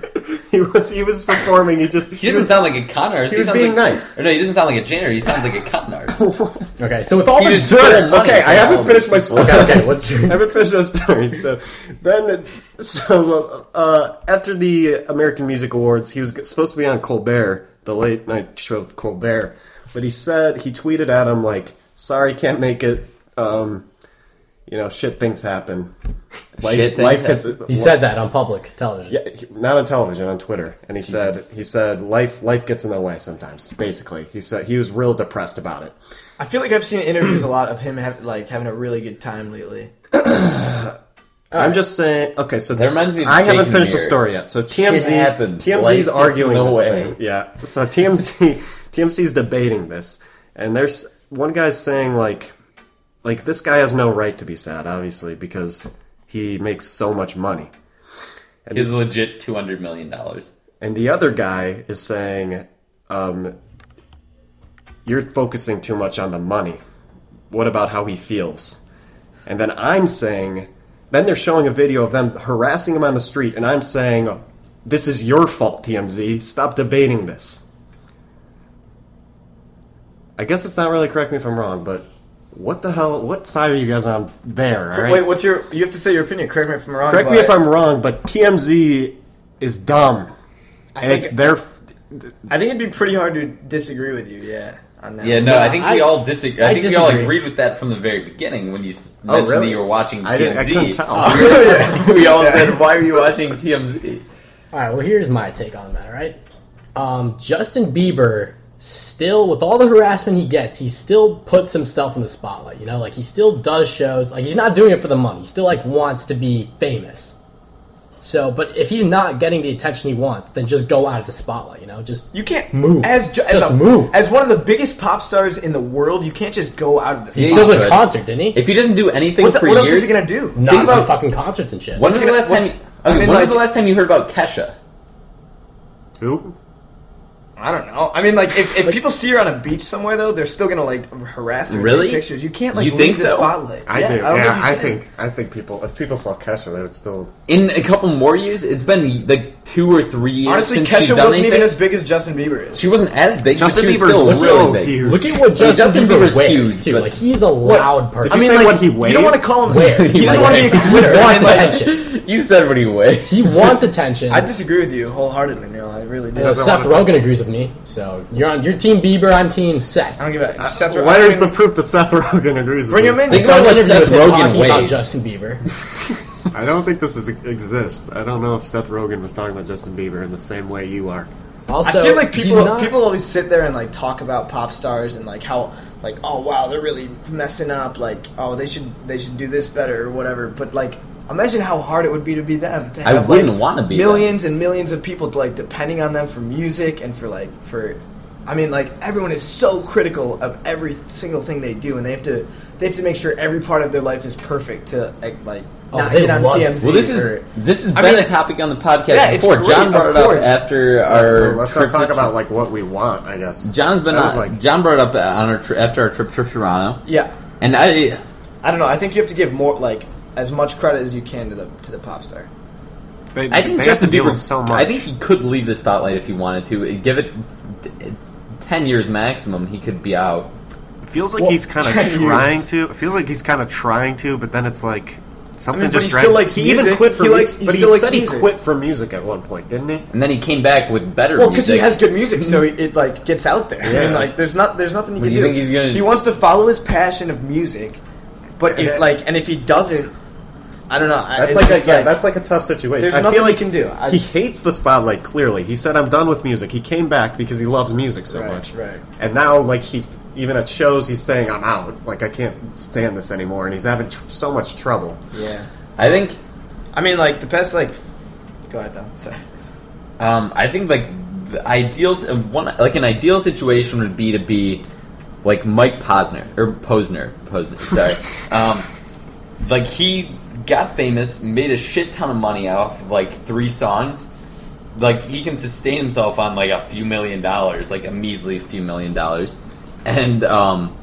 He was he was performing. He just He doesn't sound like a con artist. He, was sounds being like, nice. Or no, he doesn't sound like a janitor. He sounds like a con artist. Okay, so with all He the just stole dirt. money okay, I from haven't all finished these my people. story. Okay, okay, what's I your. haven't finished those stories. So then, so uh, after the American Music Awards, he was supposed to be on Colbert, the late night show with Colbert, but he said he tweeted at him like, "Sorry, can't make it. Um, you know, shit things happen. Life, Shit things life hits. He said that on public television. Yeah, he- not on television, on Twitter, and he said he said life life gets in the way sometimes. Basically, he said he was real depressed about it. I feel like I've seen interviews a lot of him have, like having a really good time lately. I'm just saying. Okay, so That reminds me of I Jake haven't and finished the Beer. story yet. So TMZ, Shit happens. Life TMZ's gets arguing in the this way. thing. Yeah. So TMZ, TMZ's debating this, and there's one guy's saying like, like this guy has no right to be sad, obviously, because he makes so much money. He's legit two hundred million dollars. And the other guy is saying, um, You're focusing too much on the money. What about how he feels? And then I'm saying, Then they're showing a video of them harassing him on the street, and I'm saying, This is your fault, TMZ. Stop debating this. I guess it's not really correct me if I'm wrong, but what the hell? What side are you guys on there? all right? Wait, what's your? You have to say your opinion. Correct me if I'm wrong. Correct me but if I'm wrong, but TMZ is dumb. And think- it's their. f- I think it'd be pretty hard to disagree with you. Yeah. on that. Yeah, no, I think we I- all disagree. I, I think we all disagree. agreed with that from the very beginning when you s- Oh, mentioned really? that you were watching TMZ. I didn't. I couldn't tell. Oh, we all said, "Why are you watching TMZ?" All right, well, here's my take on that, all right? Um, Justin Bieber, still, with all the harassment he gets, he still puts himself in the spotlight, you know? Like, he still does shows. Like, he's not doing it for the money. He still, like, wants to be famous. So, but if he's not getting the attention he wants, then just go out of the spotlight, you know? Just You can't Move. as ju- as Just a- move. as one of the biggest pop stars in the world. You can't just go out of the. He spot. still did could. a concert, didn't he? If he doesn't do anything What's- for what years, else is he gonna do? think not do about- fucking concerts and shit. When's the gonna- last time? what's- You, okay, I mean, when was like- the last time you heard about Kesha? Who? I don't know. I mean, like if, if people see her on a beach somewhere, though, they're still gonna like harass her, and Really? take pictures. You can't like You leave think the so? spotlight. I do. don't yeah, I you can. think. I think people. If people saw Kesha, they would still. In a couple more years, it's been like two or three years honestly, since she's Kesha done wasn't anything. even as big as Justin Bieber is. she wasn't as big. Justin but she was Bieber's still so really big. huge. Look at what Justin, Justin Bieber Bieber's wears, huge, too. but- Like, he's a loud person. Did you say what he weighs? You don't want to call him. Where? He Like, doesn't want to be he a just quitter. wants Like, attention. You said what he weighed. He wants attention. I disagree with you wholeheartedly, Neil. I really do. Uh, I doesn't Seth wanna- Rogen agrees with me, so you're on your team Bieber, I'm team Seth. don't give a. Seth Rogen- Where's the proof that Seth Rogen agrees? Bring with him me? in. Think So I about what interviewed Seth him Rogen talking about weighs. Justin Bieber. I don't think this is, exists. I don't know if Seth Rogen was talking about Justin Bieber in the same way you are. Also, I feel like people he's not- people always sit there and like talk about pop stars and like how like oh wow they're really messing up like oh they should they should do this better or whatever but like imagine how hard it would be to be them to I have wouldn't like, wanna be millions and millions of people like depending on them for music and for like for I mean like everyone is so critical of every single thing they do and they have to they have to make sure every part of their life is perfect to like like Oh, not they get on love it. TMZ Well, this or- is this has I been mean- a topic on the podcast Yeah, it's before. great, John brought of it up course. after our. So let's not trip to- talk about like what we want. I guess John's been That on, was like John brought it up on our tri- after our trip to Toronto, yeah and I I don't know. I think you have to give more, like, as much credit as you can to the to the pop star. they, I they have think to Justin deal Bieber. with so much. I think he could leave the spotlight if he wanted to. Give it t- ten years maximum, he could be out. it feels like Well, he's kind of 10 trying to. It feels like he's kind of trying to, but then it's like something but just. he dra- still likes he even music. quit for He mu- likes- he but still he likes said he music. quit for music at one point, didn't he? And then he came back with better. Well, because because he has good music, so it, it like gets out there. I Yeah. mean, like, there's not there's nothing you Mm-hmm. But can you do. think he's gonna- He wants to follow his passion of music, but it, like, and if he doesn't, I don't know. I- That's it's like, a, just yeah, that's like a tough situation. There's I nothing feel like you can do. I- he hates the spotlight. Clearly, he said, "I'm done with music." He came back because he loves music so Right, much, right. And now, like he's even at shows, he's saying, "I'm out. Like I can't stand this anymore," and he's having tr- so much trouble. yeah. I think. I mean, like the best like. Go ahead though. Sorry. Um, I think like the ideals of one like an ideal situation would be to be like Mike Posner or Posner Posner. Sorry, um, like he got famous, made a shit ton of money off of, like three songs. Like he can sustain himself on like a few million dollars, like a measly few million dollars, and um,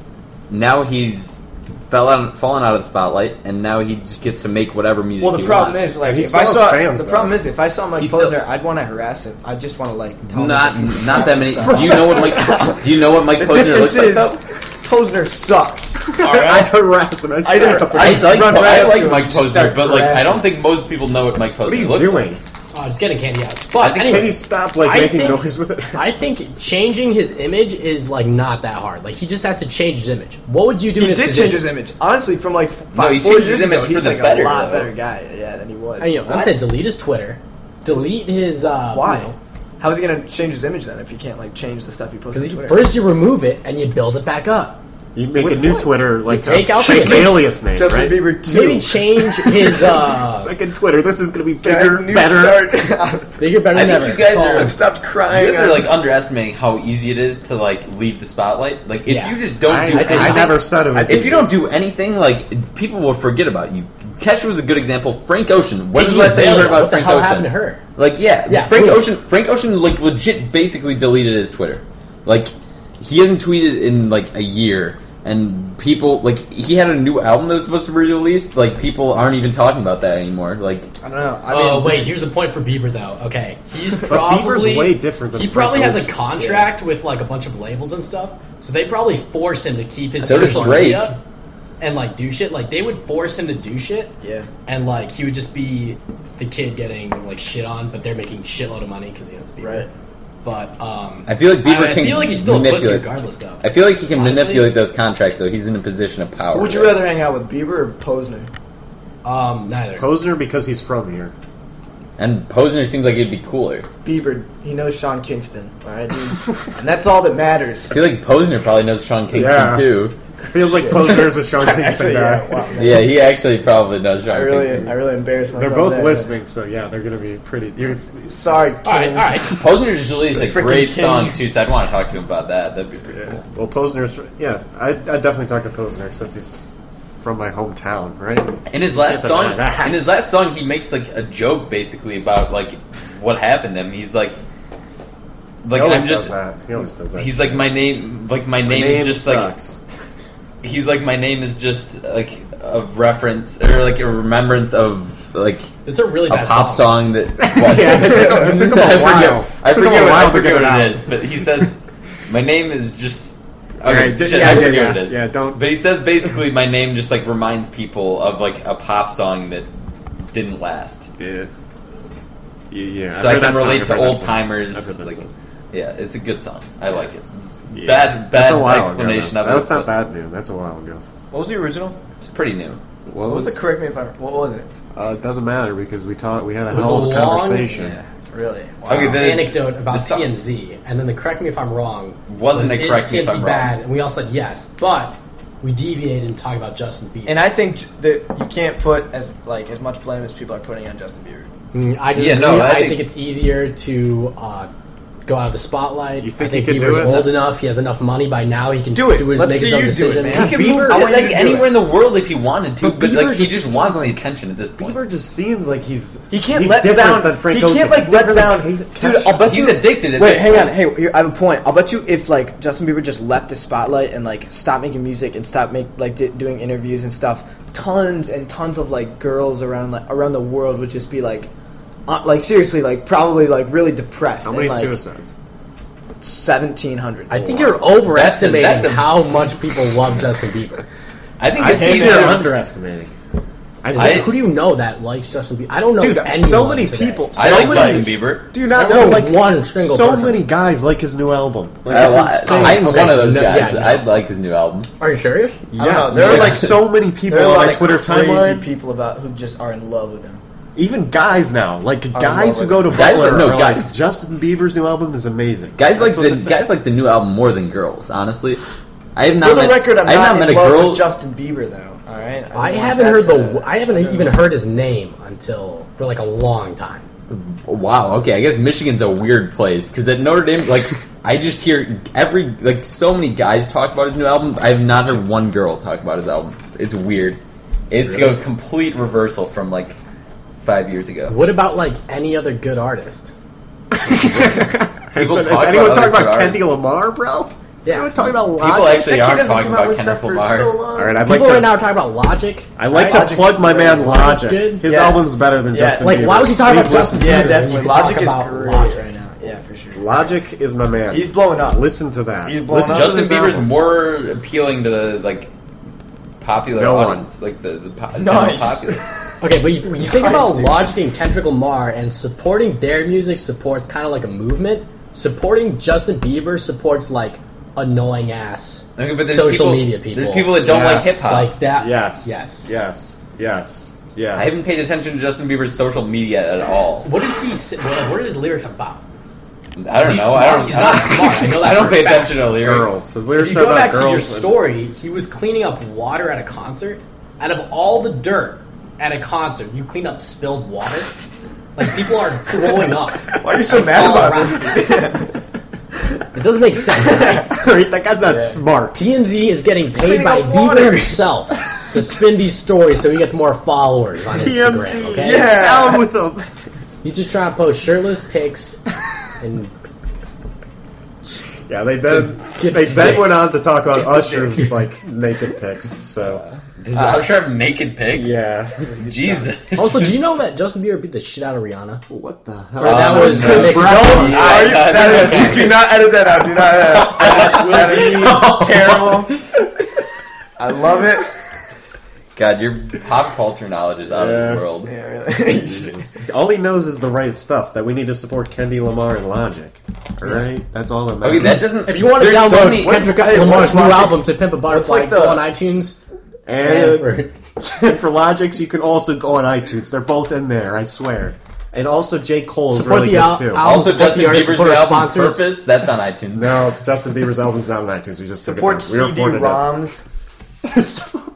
now he's fell out, fallen out of the spotlight, and now he just gets to make whatever music. Well, the he problem wants. is like And he if I sells saw fans, the problem though. is if I saw Mike He Posner, still- I'd want to harass him. I just want to like tell Not him. to- not that many. Do you know what Mike? Do you know what Mike The Posner looks difference like? is Though? Posner sucks. I harass him. I stare don't- at the I like Run right I up to like him, Mike just start Posner, but like I harassing don't think most people know what Mike Posner What are you looks doing? like. Oh, it's getting candy out. But think- anyway, Can you stop like I making think- noise with it? I think changing his image is like not that hard. Like he just has to change his image. What would you do in He his did position? change his image. Honestly, from like f- five, he four changed years his ago, image for he's the like better, a lot though. better guy, yeah, than he was. I, you know, I'm Why- saying delete his Twitter, delete his. Uh, why? you know, How is he gonna change his image then if you can't like change the stuff he posts? 'cause on you- Twitter? first you remove it and you build it back up. You make With a new what? Twitter, like take a out fake the- alias name, Justin right? Bieber too. Maybe change his. uh Second Twitter. This is going to be Guys, bigger, new better. Start. Bigger, better, I than think ever. you guys Oh, are- I've stopped You crying. guys are like underestimating how easy it is to like leave the spotlight. Like if Yeah. you just don't I, do I anything, never said it was. if you don't do anything, like people will forget about you. Kesha was a good example. Frank Ocean. When was Iggy the last time you Azalea, heard about what the Frank hell Ocean? happened to her? Like yeah, Yeah, Frank who? Ocean. Frank Ocean like legit basically deleted his Twitter. Like he hasn't tweeted in like a year, and people like he had a new album that was supposed to be released. Like people aren't even talking about that anymore. Like I don't know. I uh, mean, Oh wait, here's a point for Bieber though. Okay, he's probably Bieber's way different than he Frank probably has a Ocean. contract with like a bunch of labels and stuff, so they probably force him to keep his So does social Drake. media and like do shit. Like they would force him to do shit, yeah. and like he would just be the kid getting like shit on, but they're making shitload of money because he owns Bieber. Right. But um, I feel like Bieber I, I can feel like he's still a pussy manipulate. regardless, though. I feel like he can Honestly? manipulate those contracts, though. He's in a position of power. Would you there. rather hang out with Bieber or Posner? Um, neither. Posner because he's from here. And Posner seems like he'd be cooler. Bieber, he knows Sean Kingston, all right, dude? and that's all that matters. I feel like Posner probably knows Sean Kingston Yeah. too. Feels like Shit. Posner's a Sean Actually, Kingston yeah, guy. wow, man. Yeah, he actually probably knows Sean I really, Kingston. I really embarrassed myself. They're both there. listening, so yeah, they're gonna be pretty. You're, Sorry, All right, all Kim. right. Posner just released a Freaking great king. song too, so I'd want to talk to him about that. That'd be pretty yeah. cool. Well, Posner's. Yeah, I, I definitely talked to Posner since he's from my hometown, right? In his last Just about song, that. in his last song, he makes like a joke basically about like what happened to him. He's like, He like always I'm just. does that. He always does that. He's like my name, like my name, is just sucks. like he's like my name is just like a reference or like a remembrance of like It's a really a bad pop song that Yeah, it took- it took him a I forget- while. I It took him forget, a what- while I to forget get it what out. it is, but he says, "My name is just." Okay, Alright, just- shit, yeah, I yeah, forget yeah, what it is. yeah, don't- But he says basically, my name just like reminds people of like a pop song that didn't last. Yeah. Yeah, yeah. so I I've heard can that song, relate I've to heard that old song. I've heard timers. that Like, song. yeah, it's a good song. I like it. Yeah. Bad, That's a bad while ago, explanation though. of it. That's not but that new. That's a while ago. What was the original? It's pretty new. What What was was it? Correct me if I'm. What was it? Uh, it doesn't matter because we taught. We had a was hell of a a long- conversation. Really? Wow. Okay, then anecdote about the song- TMZ, and then the correct me if I'm wrong. Wasn't it is correct me if TMZ I'm wrong? bad? And we all said yes, but we deviated and talked about Justin Bieber. And I think j- that you can't put as like as much blame as people are putting on Justin Bieber. Mm, I just Yeah, no, I I, think- think, it's easier to uh, go out of the spotlight. You think I think he can do Bieber's it? old enough. He has enough money by now. He can Do it. his, Let's make see his own you do it, decision. man. He could Bieber- move I want to, you like to do anywhere it. in the world if he wanted to, But but, like Bieber he just just seems wants the like- attention at this point. Bieber just seems like he's He can't he's let different down. Than Frank he Ocean. can't like He's let different down. than Kate Dude, Kessler. I'll bet He's you. addicted at wait, this hang point. on. Hey, here, I have a point. I'll bet you if like Justin Bieber just left the spotlight and like stopped making music and stopped make like di- doing interviews and stuff, tons and tons of like girls around like around the world would just be like, uh, like seriously, like probably like really depressed. How many and, like, suicides? Seventeen hundred. I think you're overestimating That's a- that's a- how much people love Justin Bieber. I think I it's think either- you're underestimating. I Is just, there- who do you know that likes Justin Bieber? I don't know. dude, anyone so many today. people. So I like many, Justin Bieber. Do you not I know don't like know one single So person. many guys like his new album. Like, I it's li- insane. I'm Okay, one of those no, guys. yeah, no. I like his new album. Are you serious? I don't know, Yes, there are yeah. like so many people on my Twitter timeline. people about who just are in love with him. Even guys now, like love guys who it. go to Guys Butler, like- no, are like, guys. Justin Bieber's new album is amazing. That's Guys like what the they say. guys like the new album more than girls. Honestly, I have not. For the met, record, I'm I have not, met in a love girl. with Justin Bieber though. All right, don't I want haven't that heard to- the. I haven't even heard his name until for like a long time. wow. Okay, I guess Michigan's a weird place because at Notre Dame, like I just hear every like so many guys talk about his new album. I have not heard one girl talk about his album. It's weird. It's a complete reversal from like five years ago. What about like any other good artist? Is, People is talk anyone about talking other about Kenny artists. Lamar, bro? Is Yeah. anyone talking about People Logic? actually That kid are hasn't talking come out about with Kendrick stuff for Lamar. so long. All right, I'd like People to. right now are talking about Logic. I like right? to Logic's plug my great. man Logic's Logic. good. His Yeah. album's better than Yeah. Justin Like, Bieber. why was he talking Please about Justin listen. Bieber? Yeah, You definitely. could Logic talk is about great Logic. right now. Yeah, for sure. Logic is my man. He's blowing up. Listen to that. He's blowing Listen up. to Justin this Bieber's album. more appealing to the like popular No one. audience, like the, the po- Nice. general populace. Okay, but you, when you think Christ, about dude. Logic and Kendrick Lamar and supporting their music supports kind of like a movement. Supporting Justin Bieber supports like annoying ass Okay, but there's social people- media people. There's people that don't like hip Yes. It's hop. like that. Yes. Yes. Yes. Yes. Yes. I haven't paid attention to Justin Bieber's social media at all. What is he? s- What, what are his lyrics about? I don't He's know. I don't. smart. He's I not don't- smart. I know that I don't for pay a fact. attention to lyrics. girls. His lyrics If you are go about back girls. to your and- story, he was cleaning up water at a concert. Out of all the dirt at a concert, you clean up spilled water. like people are throwing up. Why are you so mad all about around. this? It doesn't make sense. right? Right, that guy's not smart. TMZ is getting paid cleaning by up water. Bieber himself to spin these stories so he gets more followers on Instagram. TMZ. Okay, yeah. Down with him. he's just trying to post shirtless pics and Yeah, they then Get they then dicks. went on to talk about Usher's like naked pics. So Does Usher have naked pics? yeah, Jesus. Also, do you know that Justin Bieber beat the shit out of Rihanna? what the Or hell? that no, was no. Chris Brown. I- Are you, I- that is, do not edit that out. Do not edit that out. That is terrible. I love it. God, your pop culture knowledge is out of Yeah. this world. Yeah, really. All he knows is the right stuff that we need to support Kendi Lamar and Logic. All right, that's all that matters. Okay, that doesn't. If you want to there's download so many- Kendrick hey, Lamar's what's new logic- album, To Pimp a Butterfly, like go the- on iTunes. and and for- for, for Logic's, you can also go on iTunes. They're both in there, I swear. And also, J. Cole is Support really the good al- too. al- Also, What Justin the artist Bieber's put new our album sponsors- Purpose, that's on iTunes. no, Justin Bieber's album's not on iTunes. We just took Support it down. We reported it. CD-ROMs.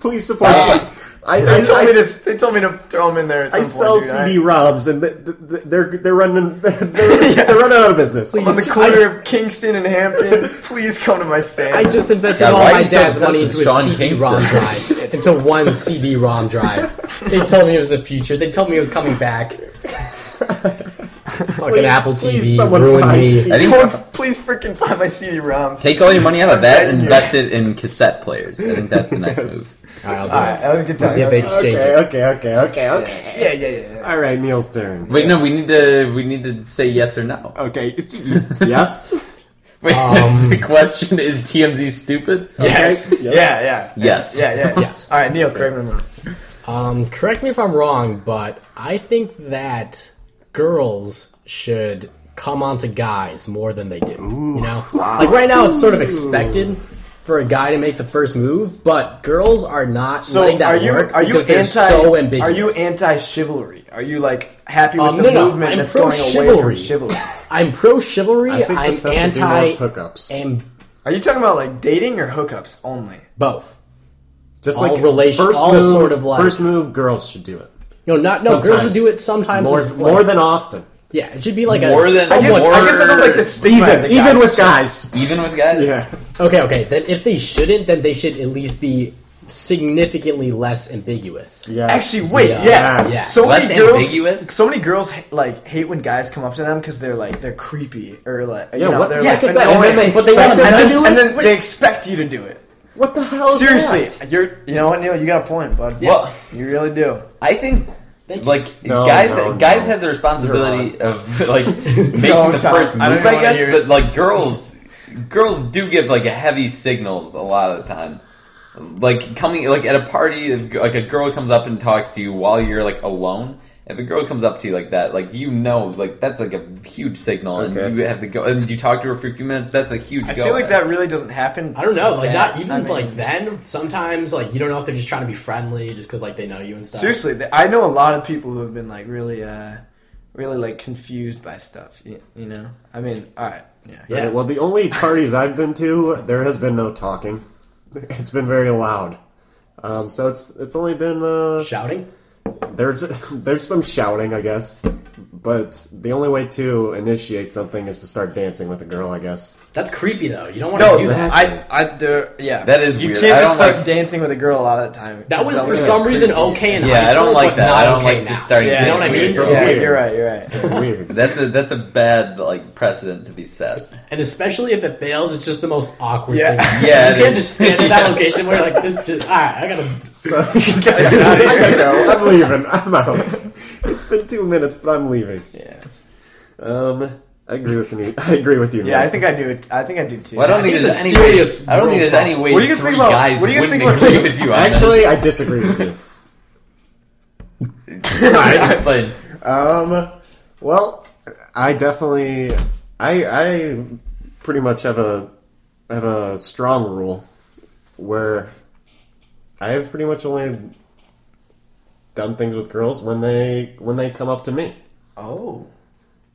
Please support. Uh, I, I, They told, I- me to, they told me to throw them in there. At some I point, sell dude. I- CD-ROMs, and th- th- th- they're they're running they're, they're running out of business. On the corner of Kingston and Hampton, please come to my stand. I just invested God, all why are my you so dad's obsessed money with into a Sean CD-ROM Kingston? drive, into one CD-ROM drive. They told me it was the future. They told me it was coming back. Fucking Apple please, TV someone ruined buy me. CD. I think- Someone please freaking buy my CD-ROMs. Take all your money out of that and invest it in cassette players. I think that's the next move. All right, I'll do All right, it. that was a good time. See if they That was- exchange Okay, it. okay, okay, okay, okay. Yeah, yeah, yeah. yeah. All right, Neil's turn. Wait, no, we need to we need to say yes or no. Okay, yes. Wait, Um, the question is TMZ stupid? Yes. Okay. Yeah, yeah. Yes. Yeah, yeah. Yes. All right, Neil, correct me if I'm wrong. Um, correct me if I'm wrong, but I think that girls should come on to guys more than they do. You know, like right now it's sort of expected for a guy to make the first move, but girls are not letting So, that are you work are you because anti they're so ambiguous. Are you anti chivalry? Are you like happy with Um, the no, no, movement I'm that's pro going away from chivalry. chivalry? I'm pro chivalry. I think I'm this has to do more anti with hookups, and Are you talking about like dating or hookups only? both. just all like relation- first all move, sort of like- first move. Girls should do it No, not no. Girls will Sometimes. do it sometimes. more as well. more than often. yeah, it should be like More a than- I guess, I Or- guess I don't like the stigma. Even that even guys- with guys. Even with guys? Yeah. Okay, okay. Then if they shouldn't, then they should at least be significantly less ambiguous. Yeah. Actually, wait, Yeah. yeah. Yeah. So Less many girls, ambiguous? so many girls like hate when guys come up to them because they're like they're creepy or like you Yeah, know, what they're the like heck is that? And then they But they expect want us to them to do do it. and then they expect you to do it. What the hell? Is Seriously, that? you're you know what Neil? You got a point, bud. Well- you really do. I think like No, guys no, guys no. have the responsibility of like making No, the Tom, first move, I don't I, even wanna guess, hear but it. like girls girls do give like heavy signals a lot of the time. Like coming like at a party if like a girl comes up and talks to you while you're like alone, if a girl comes up to you like that, like you know, like that's like a huge signal, Okay. and you have to go. And you talk to her for a few minutes. That's a huge. I go feel like at. that really doesn't happen. I don't know, like Yeah, not even I mean- like then. Sometimes like you don't know if they're just trying to be friendly, just because like they know you and stuff. Seriously, th- I know a lot of people who have been like really, uh really like confused by stuff. You, you know, I mean, all right, yeah, Yeah. Well, the only parties I've been to, there has been no talking. It's been very loud. Um, so it's it's only been uh, Shouting. there's there's some shouting, I guess. But the only way to initiate something is to start dancing with a girl, I guess. That's creepy though. You don't want to No, do that. I, I, there, yeah, That is You weird. can't I just don't start like- dancing with a girl a lot of the time. That was for Yeah. some reason okay in Yeah, high I don't school, like but that. not I don't okay like now. just starting. Yeah, You know dancing what I with mean? girls. It's Yeah, weird. you're right. You're right. It's weird. That's a that's a bad like precedent to be set. And especially if it fails, it's just the most awkward Yeah. thing. Yeah, you it can't is. just stand in that Yeah. location where you're like this. Just all right, I gotta. So, I gotta go. I'm leaving. I'm out. It's been two minutes, but I'm leaving. Yeah, Um, I agree with you. I agree with you. yeah. I Nick. think I do. it- I think I do too. Well, I don't think think it's there's a any. serious I don't think there's roll any way. What do you guys three think about- guys what do you guys wouldn't think about- agree with you. On Actually, I disagree with you. this. I explain. Um, well, I definitely, I, I pretty much have a have a strong rule where I have pretty much only done things with girls when they when they come up to me. Oh,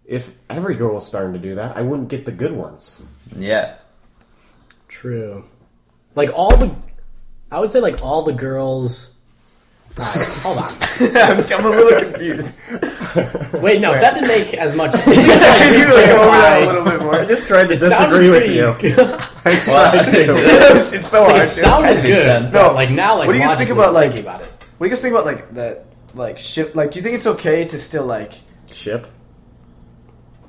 If every girl was starting to do that, I wouldn't get the good ones. Yeah, True. Like all the, I would say like all the girls. All right, hold on. I'm, I'm a little confused. Wait, no, that didn't make as much. Can you like go over that a Why? little bit more? I just tried to It sounded disagree with pretty- you. I Well, I tried think- to. it's, it's so hard. Like, it dude. sounded makes good. sense. but, No. Like now, like What do you guys think logically about, like- thinking about it? What do you guys think about like the like ship? Like, do you think it's okay to still like? Ship.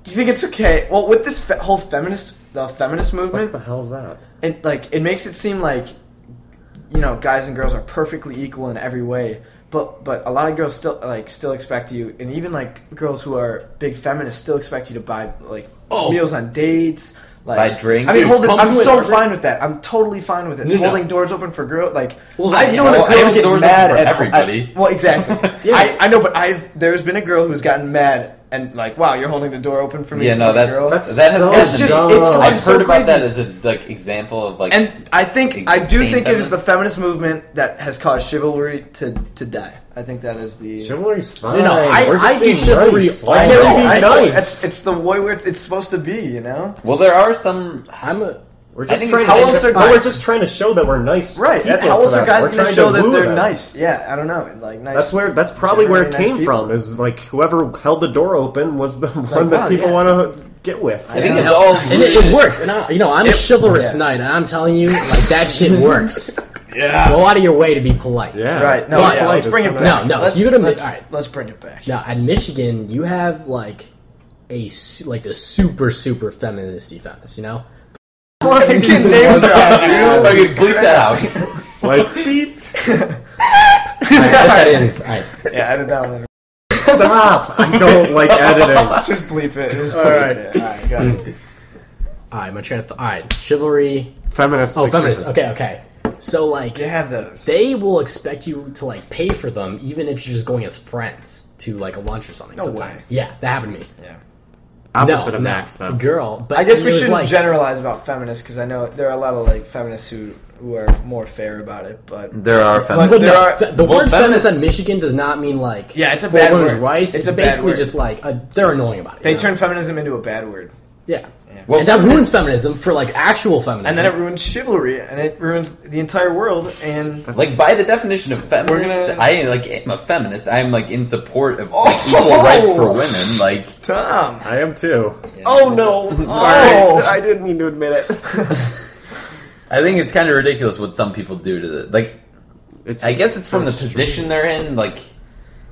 Do you think it's okay? Well, with this fe- whole feminist, the feminist What movement, the hell's that? it like it makes it seem like you know guys and girls are perfectly equal in every way but but a lot of girls still like still expect you and even like girls who are big feminists still expect you to buy like Oh. meals on dates like Buy drinks. i mean Dude, hold it, come i'm to an so order- fine with that i'm totally fine with it No, no. holding doors open for girl like Well, i've yeah. known Well, a I girl hold get doors open mad for at everybody. I- well exactly Yeah. I, I know but i there's been a girl who's gotten mad and like, wow, you're holding the door open for me. Yeah, no, pretty that's girl. That's that so has It's just- dumb. it's- I've I'm heard so about crazy. that as a like example of like, And I think I do insane think it is feminist- the feminist movement that has caused chivalry to to die. I think that is the. Chivalry's fine. No, no, I- We're just I do being chivalry nice. all Why day. can't we Oh, be I- It's, nice? it's the way where it's, it's supposed to be, you know. Well, there are some. I'm a. We're just think trying. how to- else are but we're just trying to show that we're nice. Right. people How to else them. We're are guys going to trying show that woo they're them. nice? Yeah, I don't know. Like nice. That's where. That's probably where it Very nice came people. from. Is like whoever held the door open was the one that wow, people yeah. want to get with. I think it's Oh, all. And it, it works. And I, you know, I'm a chivalrous yeah. knight, and I'm telling you, like that shit works. yeah. Go out of your way to be polite. Yeah. Right. No. But- yeah, let's bring it back. No, no, Let's, you gotta make- let's, alright. let's bring it back. Now at Michigan, you have like a su- like the super super feministy feminist. You know. Like, name drop. I could bleep that out. like beep. Put that in. All right. Yeah, I did that one. Stop. I don't like editing. Just bleep it. Just bleep Alright. it. Alright, got it. All right. My train of thought. All right. Chivalry. Feminist. Oh, feminist. Okay. Okay. So like. You have those. They will expect you to like pay for them, even if you're just going as friends to like a lunch or something. No way. sometimes, yeah, that happened to me. Yeah. Opposite no, of no. Max, though. Girl, but I guess it we was, shouldn't like, generalize about feminists because I know there are a lot of like feminists who who are more fair about it, but Mm. There are But But feminists. there no, are- fe- the well, word feminist in feminists- Michigan does not mean like Yeah, it's a for bad women's word. rights. It's It's, a bad basically word. just like a, they're annoying about it. they you know? turn feminism into a bad word, yeah, Well, and that ruins feminism for like actual feminism. and then it ruins chivalry, and it ruins the entire world. And Like by the definition of feminist, We're gonna- Oh! I like am a feminist. I'm like in support of like, equal rights for women. Like Tom, I am too. oh no, Sorry, Oh. I didn't mean to admit it. I think it's kind of ridiculous what some people do to the like. It's, I guess it's from the position they're in. Like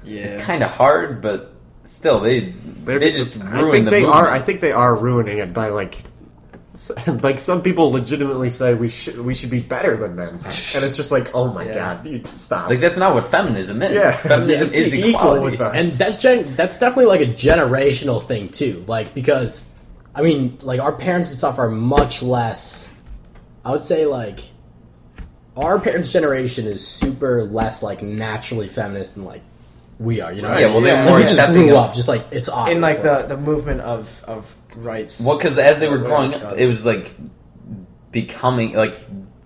yeah, kind of hard, but still they They're- they just ruin I think the they movement. are. I think they are ruining it by like, s- like some people legitimately say we should we should be better than them, and it's just like, oh my god, you stop. like that's not what feminism is. yeah, Feminism Just is be equality. equal with and us. that's gen- that's definitely like a generational thing too. Like because I mean, like our parents and stuff are much less. I would say like our parents' generation is super less like naturally feminist than like we are. You know? what I Yeah, mean? well, Yeah. they're Like, more we just accepting grew of up, just like it's obvious. in like the the movement of of rights. Well, because as they were Whatever growing it's up, called. it was like becoming like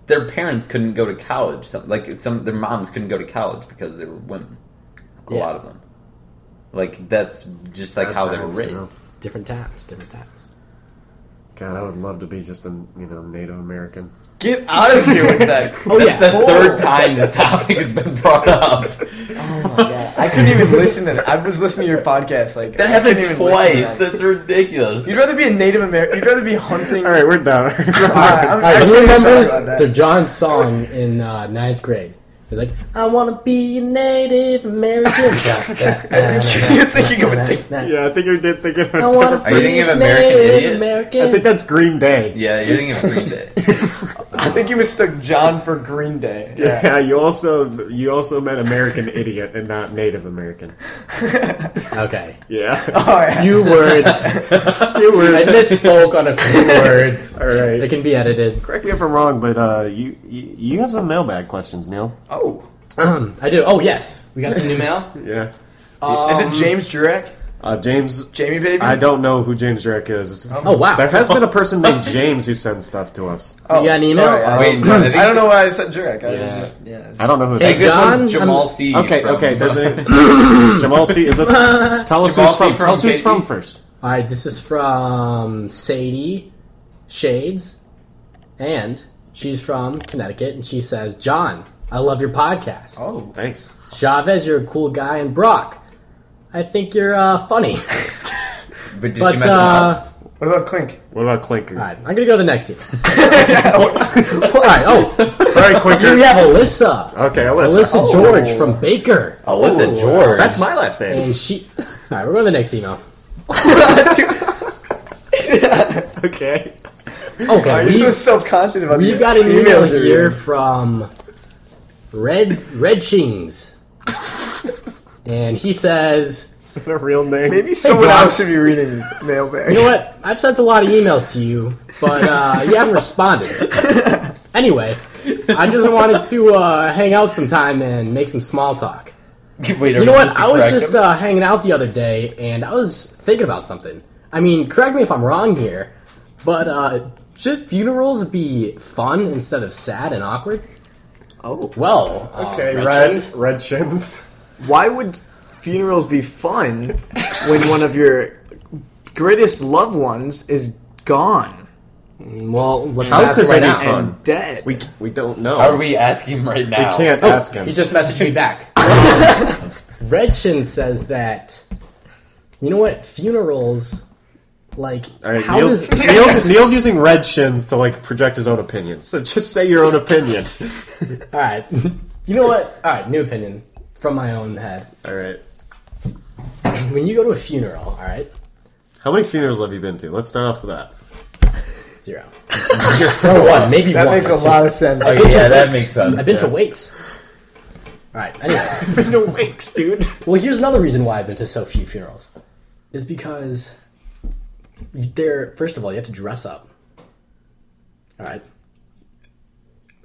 their parents couldn't go to college. Some like some their moms couldn't go to college because they were women. A Yeah. lot of them. Like that's just like Bad how they were times, you raised. know. different times, different times. God, I would love to be just a you know Native American. get out of here with that. Oh That's yeah. the third time this topic has been brought up. I couldn't even listen to that. I was listening to your podcast like That I happened couldn't even listen to twice. that. That's ridiculous. You'd rather be a Native American. You'd rather be hunting. All right, we're done. Alright, I'm- All right, I'm who kidding, sorry remembers about that. Sir John's song in uh, ninth grade? He's like, I want to be a Native American. You're thinking of a dick. I yeah, I think you did think of a want different to Are you person. be thinking of a American Native Idiot? American. I think that's Green Day. Yeah, you're thinking of Green Day. I think you mistook John for Green Day. Yeah. you also you also meant American idiot and not Native American. okay. Yeah, All right. Few words. you were. I misspoke on a few words. All right. It can be edited. Correct me if I'm wrong, but uh, you, you you have some mailbag questions, Neil. oh, I do. Oh, yes. We got some new mail. Um, Yeah. is it James Jurek? Uh, James, Jamie Baby? I don't know who James Drake is. Oh, wow. There has been a person named James who sends stuff to us. Oh, You got an email? Hmm. sorry, I, Wait, don't, no, I think I don't know this- why I said Jurek. I Yeah. was just yeah. I don't know who Hey, that is. John, this one's Jamal I'm- C. Okay, from- okay. There's a Jamal C. Is this? Tell us Jamal who's C from. from Tell us who's Casey? from first. All right, this is from Sadie Shades, and she's from Connecticut, and she says, John, I love your podcast. Oh, Thanks. Chavez, you're a cool guy, and Brock, I think you're uh, funny. But did But, you mention uh, us? what about Clink? What about Clinker? All right, I'm going to go to the next team. All right, oh, Sorry, here Clinker. we have Alyssa. Okay, Alyssa. Alyssa Oh, George from Baker. Oh, Alyssa George. That's my last name. And she. All right, we're going to the next email. Okay. Okay, You're we, so self-conscious about we these got an email emails you're here reading. from Red Red Shings, and he says, Is that a real name? Maybe someone Bob. else should be reading these mailbags. "You know what? I've sent a lot of emails to you, but uh, you haven't responded. Anyway, I just wanted to uh, hang out sometime and make some small talk. Wait, You know what? I was just uh, hanging out the other day, and I was thinking about something. I mean, correct me if I'm wrong here, but uh, should funerals be fun instead of sad and awkward? Oh, Well, um, Okay, Red red Shins, red shins. why would funerals be fun when one of your greatest loved ones is gone Well, let's How ask could him right they be now. fun? and dead? We we don't know. Are we asking him right now? we can't ask him. He just messaged me back. Red Shin says that. You know what? Funerals, like All right, how Neil's, does Neil's, Neil's using red shins to like project his own opinion. So just say your own opinion. all right? You know what? All right, new opinion from my own head. All right. When you go to a funeral, all right, How many funerals have you been to? Let's start off with that. zero. or one, maybe that one. makes a lot of sense. Okay, I've been yeah, to that wakes. makes sense. I've been to yeah. wakes. All right. Anyway, Been to wakes, dude. well, here's another reason why I've been to so few funerals, is because they're first of all you have to dress up. All right.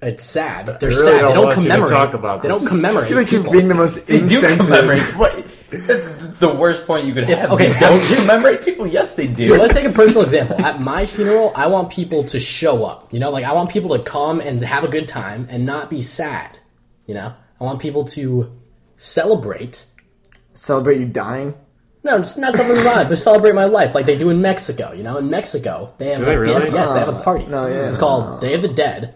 It's sad. They're really sad. don't they don't want you to commemorate. talk about they this. don't commemorate. I feel like you're people. being the most They do commemorate. insensitive. What? That's, that's the worst point you could have. okay, They don't commemorate people. Yes, they do. But let's take a personal example. At my funeral, I want people to show up. You know, like I want people to come and have a good time and not be sad. You know, I want people to celebrate. Celebrate you dying. No, just not celebrate my life, but celebrate my life like they do in Mexico. You know, in Mexico they have they like, really? yes, yes, they have a party. Oh, No, yeah, it's called Day of the Dead.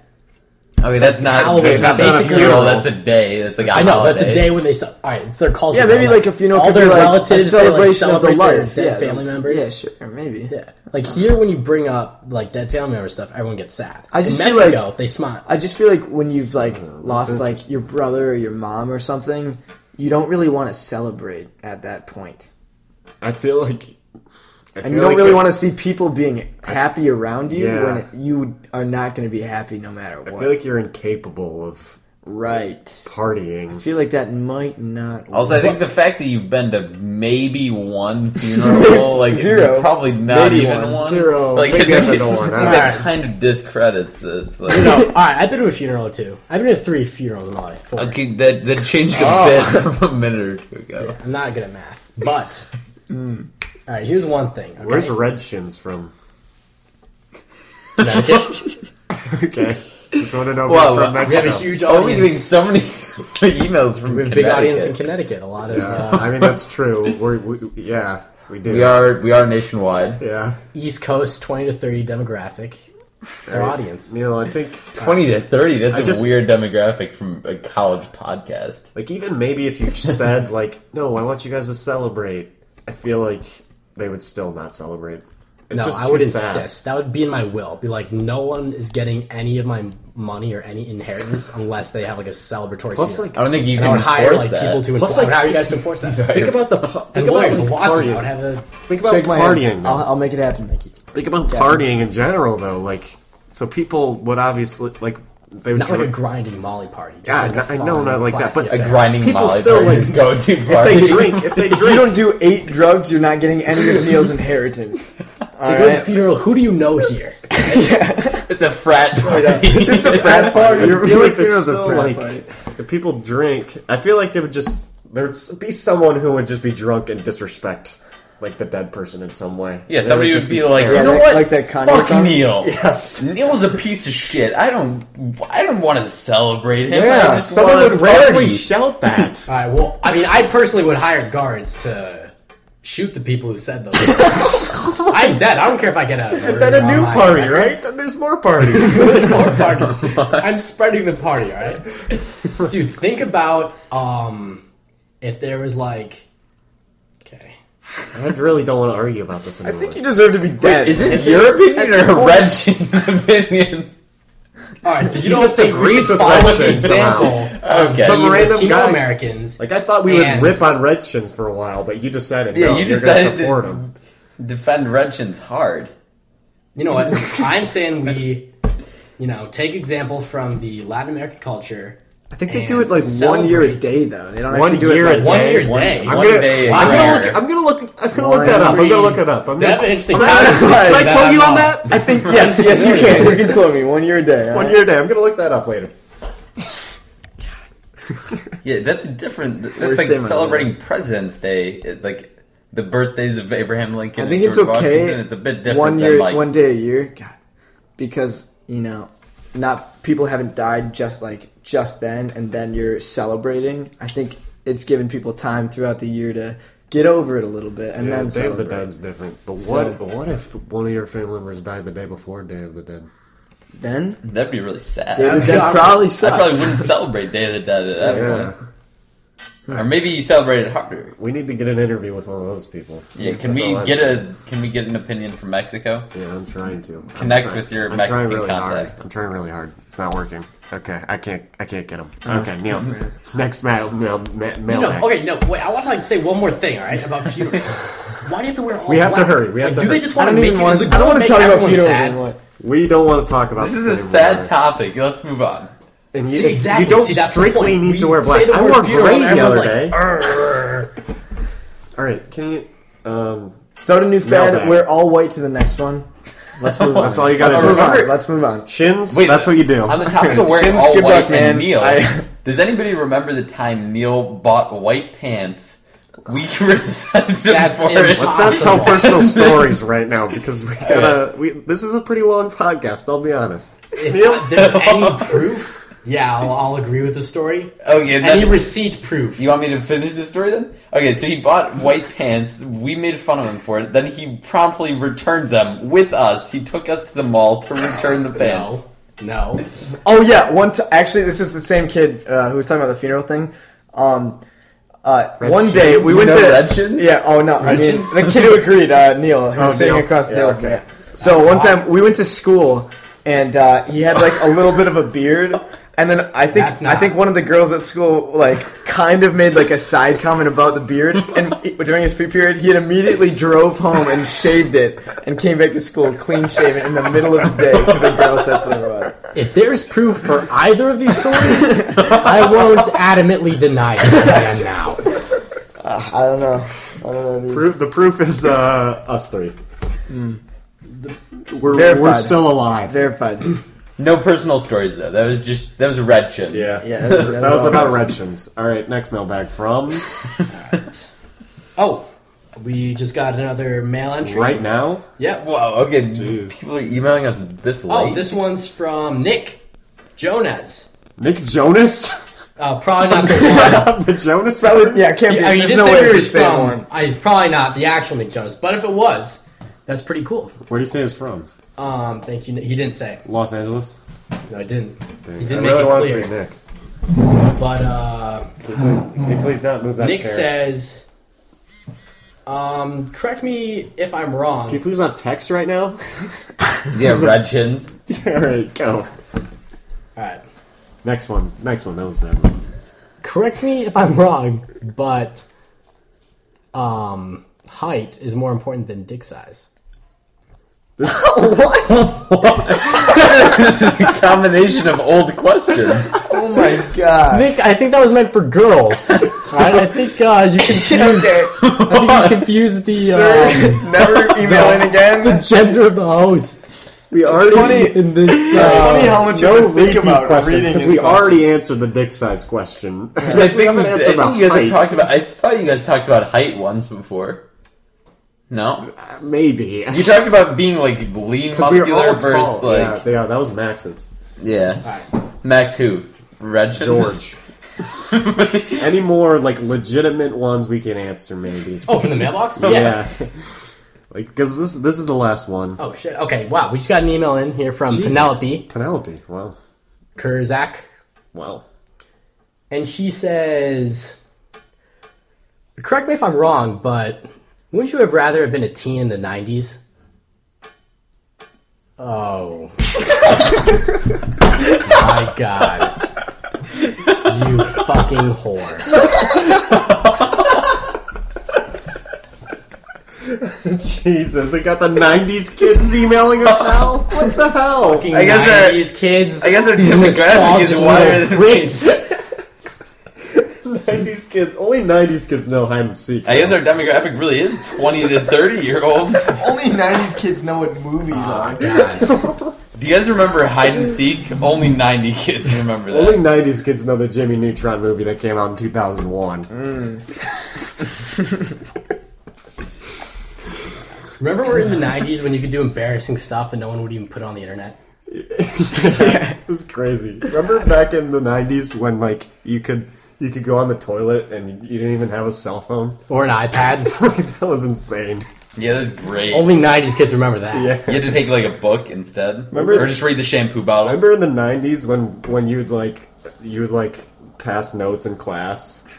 okay, that's not. Halloween, That's not a basically- funeral. That's a day. That's like a I know that's a holiday. day when they. Ce- all right, it's their culture. Yeah, maybe though, like a funeral all could their be like relatives a they, like, celebration of the celebrate their life. dead yeah, family the- members. Yeah, sure, maybe. Yeah. Like here, when you bring up like dead family member stuff, everyone gets sad. I just in feel Mexico, like- they smile. I just feel like when you've like lost like your brother or your mom or something, you don't really want to celebrate at that point, I feel like. I and you don't really want to see people being happy around you Yeah. when you are not going to be happy no matter I what. feel like you're incapable of right. I partying. feel like that might not. Also, I think the fact that you've been to maybe one funeral, like Zero. probably not Maybe even one. one, Zero. like Maybe I I've think been to one. I don't that know. kind of discredits this. Like, No, all right. I've been to a funeral or two. I've been to three funerals in my life. Four. Okay, that that changed a Oh. bit from a minute or two ago. I'm not good at math, but all right. Here's one thing. Okay? Where's red shins from? Connecticut? Okay. Just want to know if he's Well, from we have We have Mexico. a huge Oh, we're getting audience. so many emails from we have a big Connecticut. audience in Connecticut. A lot of uh, I mean, that's true. We're, we, yeah, we do. We are we are nationwide. Yeah. East Coast 20 to 30 demographic. It's our audience. Neil, I think, Twenty to thirty. That's I a just- weird demographic from a college podcast. like, even maybe if you said, like, no, I want you guys to celebrate, I feel like they would still not celebrate. It's No, just I too would sad. insist. That would be in my will. Be like, no one is getting any of my money or any inheritance unless they have like a celebratory. Plus, funeral. like, I don't think you And I can would hire enforce like that. people to. Plus, Plus, like, like, how are you guys to enforce that? think about the pu- think And about lawyers, like, Watson. I partying. would have a. Think about Shake my hand. partying. though. I'll, I'll make it happen. Thank you. Think about partying in general, though. Like, so people would obviously like they would Not like a drink- grinding Molly party. Just Yeah, like a I- I know, fun, not like that, classy but a affair. grinding People molly still, party like, go to if party. they drink. If they If you drink, don't do eight drugs, you're not getting any of Neil's inheritance. All Good right. funeral. Who do you know here? It's a frat party. Just a frat party. I feel like there's Funeral's a still frat like party. if people drink. I feel like they would just there would be someone who would just be drunk and disrespect like the dead person in some way. yeah, They somebody just would be like, you Yeah, terrible. know like- what? like that Kanye Fuck song. Neil. yes, Neil's a piece of shit. I don't. I don't want to celebrate him. I yeah. just Someone want would a party. randomly shout that. All right. Well, I mean, I personally would hire guards to shoot the people who said those. things. I'm dead. I don't care if I get out. And Then a new party, right? Then there's more parties. I'm spreading the party. All right, dude. Think about um, if there was like, okay, I really don't want to argue about this I anymore. think you deserve to be dead. Is this your opinion this or point- Red Shin's opinion? all right. So you, don't just think we agrees should with follow Red the Shade somehow. example of Okay. some Some random Latino guy- Americans? Like I thought we would And- rip on red shins for a while, but you decided Yeah, no, you you are decided going to- to support them. Defend Red Shin's hard. You know what? I'm saying we, you know, take example from the Latin American culture. I think they and do it like one year a celebrate. day though. They don't One actually do year it a like One day? year a One- day. one- I'm gonna, day I'm prior. gonna look. I'm gonna look. I'm gonna look that up. I'm gonna look it up. I'm That's gonna, an interesting. I'm gonna- concept. can I quote you on know. that? I think yes, yes you can. You can quote me one year a day. all One right? year a day. I'm gonna look that up later. Yeah, that's different. That's Worst day like of my celebrating President's Day, it- like the birthdays of Abraham Lincoln. I think and it's George okay. Washington. It's a bit different One than year, like one day a year, God, because you know, not people haven't died just like just then, and then you're celebrating. I think it's giving people time throughout the year to get over it a little bit, and Yeah, then Day of the celebrate. Dead's different. But what? So- but what if one of your family members died the day before Day of the Dead? Then that'd be really sad. Day of the I Dead probably sucks. probably wouldn't celebrate Day of the Dead at that Yeah, point, or maybe you celebrate it harder. we need to get an interview with one of those people. Yeah, can That's all we I'm get saying. a can we get an opinion from Mexico? Yeah, I'm trying to I'm Connect trying- with your I'm trying Mexican really contact. Hard. I'm trying really hard. It's not working. Okay, I can't. I can't get him. Okay, Neil. Next mail. Mail. ma- mail No, back. okay, no. Wait, I want to like say one more thing, all right, about funerals. Why do you have to wear all We have to black? hurry, we have like, to do hurry. they just I want to don't make even it? want. does it I don't want to make talk about everyone funerals sad? anymore. We don't want to talk about This this is a anymore. sad topic. Let's move on. And See, you, exactly. you don't See, that's the strictly point. need We to wear say black. the I word wore funeral gray and the other everyone's day. like, All right, can you? Um, Start a new fad. Mailbag. We're all white to the next one. Let's move on. That's all you gotta Let's do. move on. Remember- Let's move on. shins. Wait, that's what you do. On the topic of wearing Sims, all good white luck, man. and Neil, I- does anybody remember the time Neil bought white pants? We criticized him That's for it. impossible. Let's not tell personal stories right now because we gotta. We, this is a pretty long podcast. I'll be honest. If there's any proof, yeah, I'll, I'll agree with the story. Okay, Any that, receipt proof? you want me to finish this story then? Okay, so he bought white pants. We made fun of him for it. Then he promptly returned them with us. He took us to the mall to return the pants. no, no. Oh yeah, one. T- actually, this is the same kid uh, who was talking about the funeral thing. Um, uh, one day Shins? we went You know to Red Shins? Yeah. Oh no, I mean, Shins? the kid who agreed, uh, Neil, who Oh, was sitting Neil. across the Yeah, table from me. So one time we went to school, and uh, he had like a little bit of a beard. And then I think That's I not- think one of the girls at school like kind of made like a side comment about the beard, and during his free period, he had immediately drove home and shaved it, and came back to school clean shaven in the middle of the day because a girl said something about it. If there's proof for either of these stories, I won't adamantly deny it again now. I don't know. I don't know. Dude. Proof, the proof is uh, us three. We're, we're Hmm. Verified. still alive. Verified. No personal stories though. That was just that was red shins. yeah. Yeah, That was about red shins. All right, next mailbag from Oh, we just got another mail entry. right now. Yeah. Wow. Okay. Jeez. People are emailing us this late. Oh, this one's from Nick Jonas. Nick Jonas. Uh, probably not the one. the Jonas Probably, Brothers. yeah, it can't be. I mean, There's you did no say way where it's the he's same from. one. Uh, he's probably not the actual Nick Jonas, but if it was, that's pretty cool. Where do you say it's from? Um, thank you. He didn't say. Los Angeles. No, I didn't. Dang, He didn't I really make wanted it to clear. be Nick. But uh, Can you please, can you please not move that Nick chair? says, um, correct me if I'm Can you wrong. please not text right now? yeah, red shins. All right, go. All right. Next one. Next one. That was bad. one. Correct me if I'm wrong, but um, height is more important than dick size. this is a combination of old questions. Oh my god. Nick, I think that was meant for girls. Right? I think uh, you confused. okay. I think you confused the uh, um, Sir, never email in again. gender of the hosts We already in this. It's Uh, funny how much you no have to think repeat about questions reading because his we questions. already answered the dick size question. I Yes, we think, haven't we- I answered think the you guys have heights. talked about. I thought you guys talked about height once before. No, maybe. you talked about being like lean, muscular versus yeah, like they- yeah, that was Max's. yeah. All right. Max who? Red shins? George. Any more like legitimate ones we can answer? Maybe. Oh, from the mailbox? Yeah. yeah. like because this this is the last one. Oh, shit. Okay. okay, wow, we just got an email in here from Jesus. Penelope Penelope. Wow. Kurzak, Wow. and she says, "Correct me if I'm wrong, but wouldn't you have rather have been a teen in the '90s?" Oh, my god. You fucking whore. Jesus, I got the '90s kids emailing us now. What the hell? I guess that- 90s kids. I guess our these demographic is nostalgic wider little than pricks. '90s kids. Only '90s kids know hide and seek. I guess our demographic really is twenty to thirty year olds. Ah, Only 90s kids know what movies are. God. Do you guys remember hide and seek? Only ninety kids remember that. Only '90s kids know the Jimmy Neutron movie that came out in 2001. Remember, we're in the '90s when you could do embarrassing stuff and no one would even put it on the internet. it was crazy. Remember back in the '90s when like you could you could go on the toilet and you didn't even have a cell phone. Or an iPad. Like, that was insane. Yeah, that's great. Only '90s kids remember that. Yeah. You had to take like a book instead, Remember- or just read the shampoo bottle. Remember in the '90s when when you'd like you'd like pass notes in class.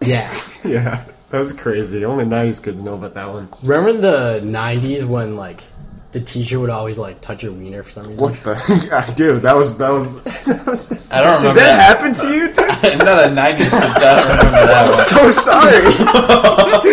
Yeah. Yeah, that was crazy. Only '90s kids know about that one. Remember the '90s when like the teacher would always like touch your wiener for some reason. What the? I do. That was that was that was. This I don't Did remember that happen to you, dude? I'm not a '90s kid, so I don't remember that so sorry.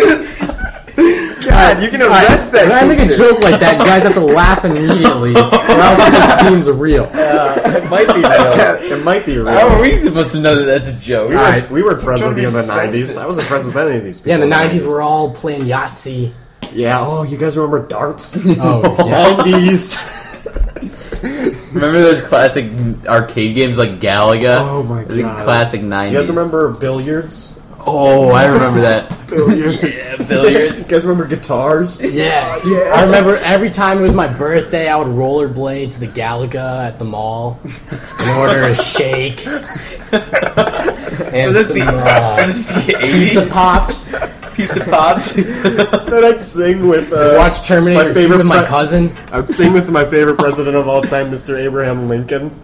God, you can arrest When I that make a teacher. joke like that, you guys have to laugh immediately, or else it just seems real. uh, it might be real. It might be real. one. How are we supposed to know that that's a joke? All right. We weren't friends Don't with you in be the '90s. sensitive. I wasn't friends with any of these people. Yeah, in the '90s, we're all playing Yahtzee. Yeah. Oh, you guys remember darts? Oh, yes. '90s. Remember those classic arcade games like Galaga? Oh my The God. classic '90s. You guys remember billiards? Oh, I remember that. Billiards. yeah, billiards. You guys remember guitars? yeah. Yeah. I remember every time it was my birthday, I would rollerblade to the Galaga at the mall and order a shake and Was this some the, uh, was this the pizza 80s? pops. Pizza pops? Then I'd sing with. Uh, Watch My Terminator 2 favorite with my pre- cousin. I'd sing with my favorite president of all time, Mr. Abraham Lincoln.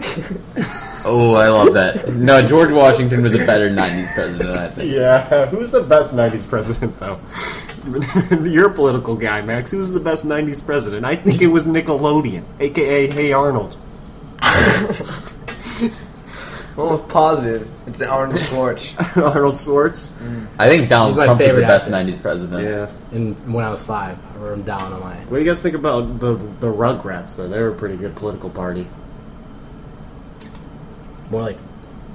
oh, I love that. No, George Washington was a better '90s president, I think. Yeah, who's the best '90s president though? You're a political guy, Max. Who's the best '90s president? I think it was Nickelodeon, aka Hey Arnold. Well, it's positive. It's an orange torch. Arnold Schwartz. I think Donald He's my Trump was the favorite best actor. '90s president. Yeah. And when I was five, I wrote him down on my. What do you guys think about the the Rugrats? Though they were a pretty good political party. More like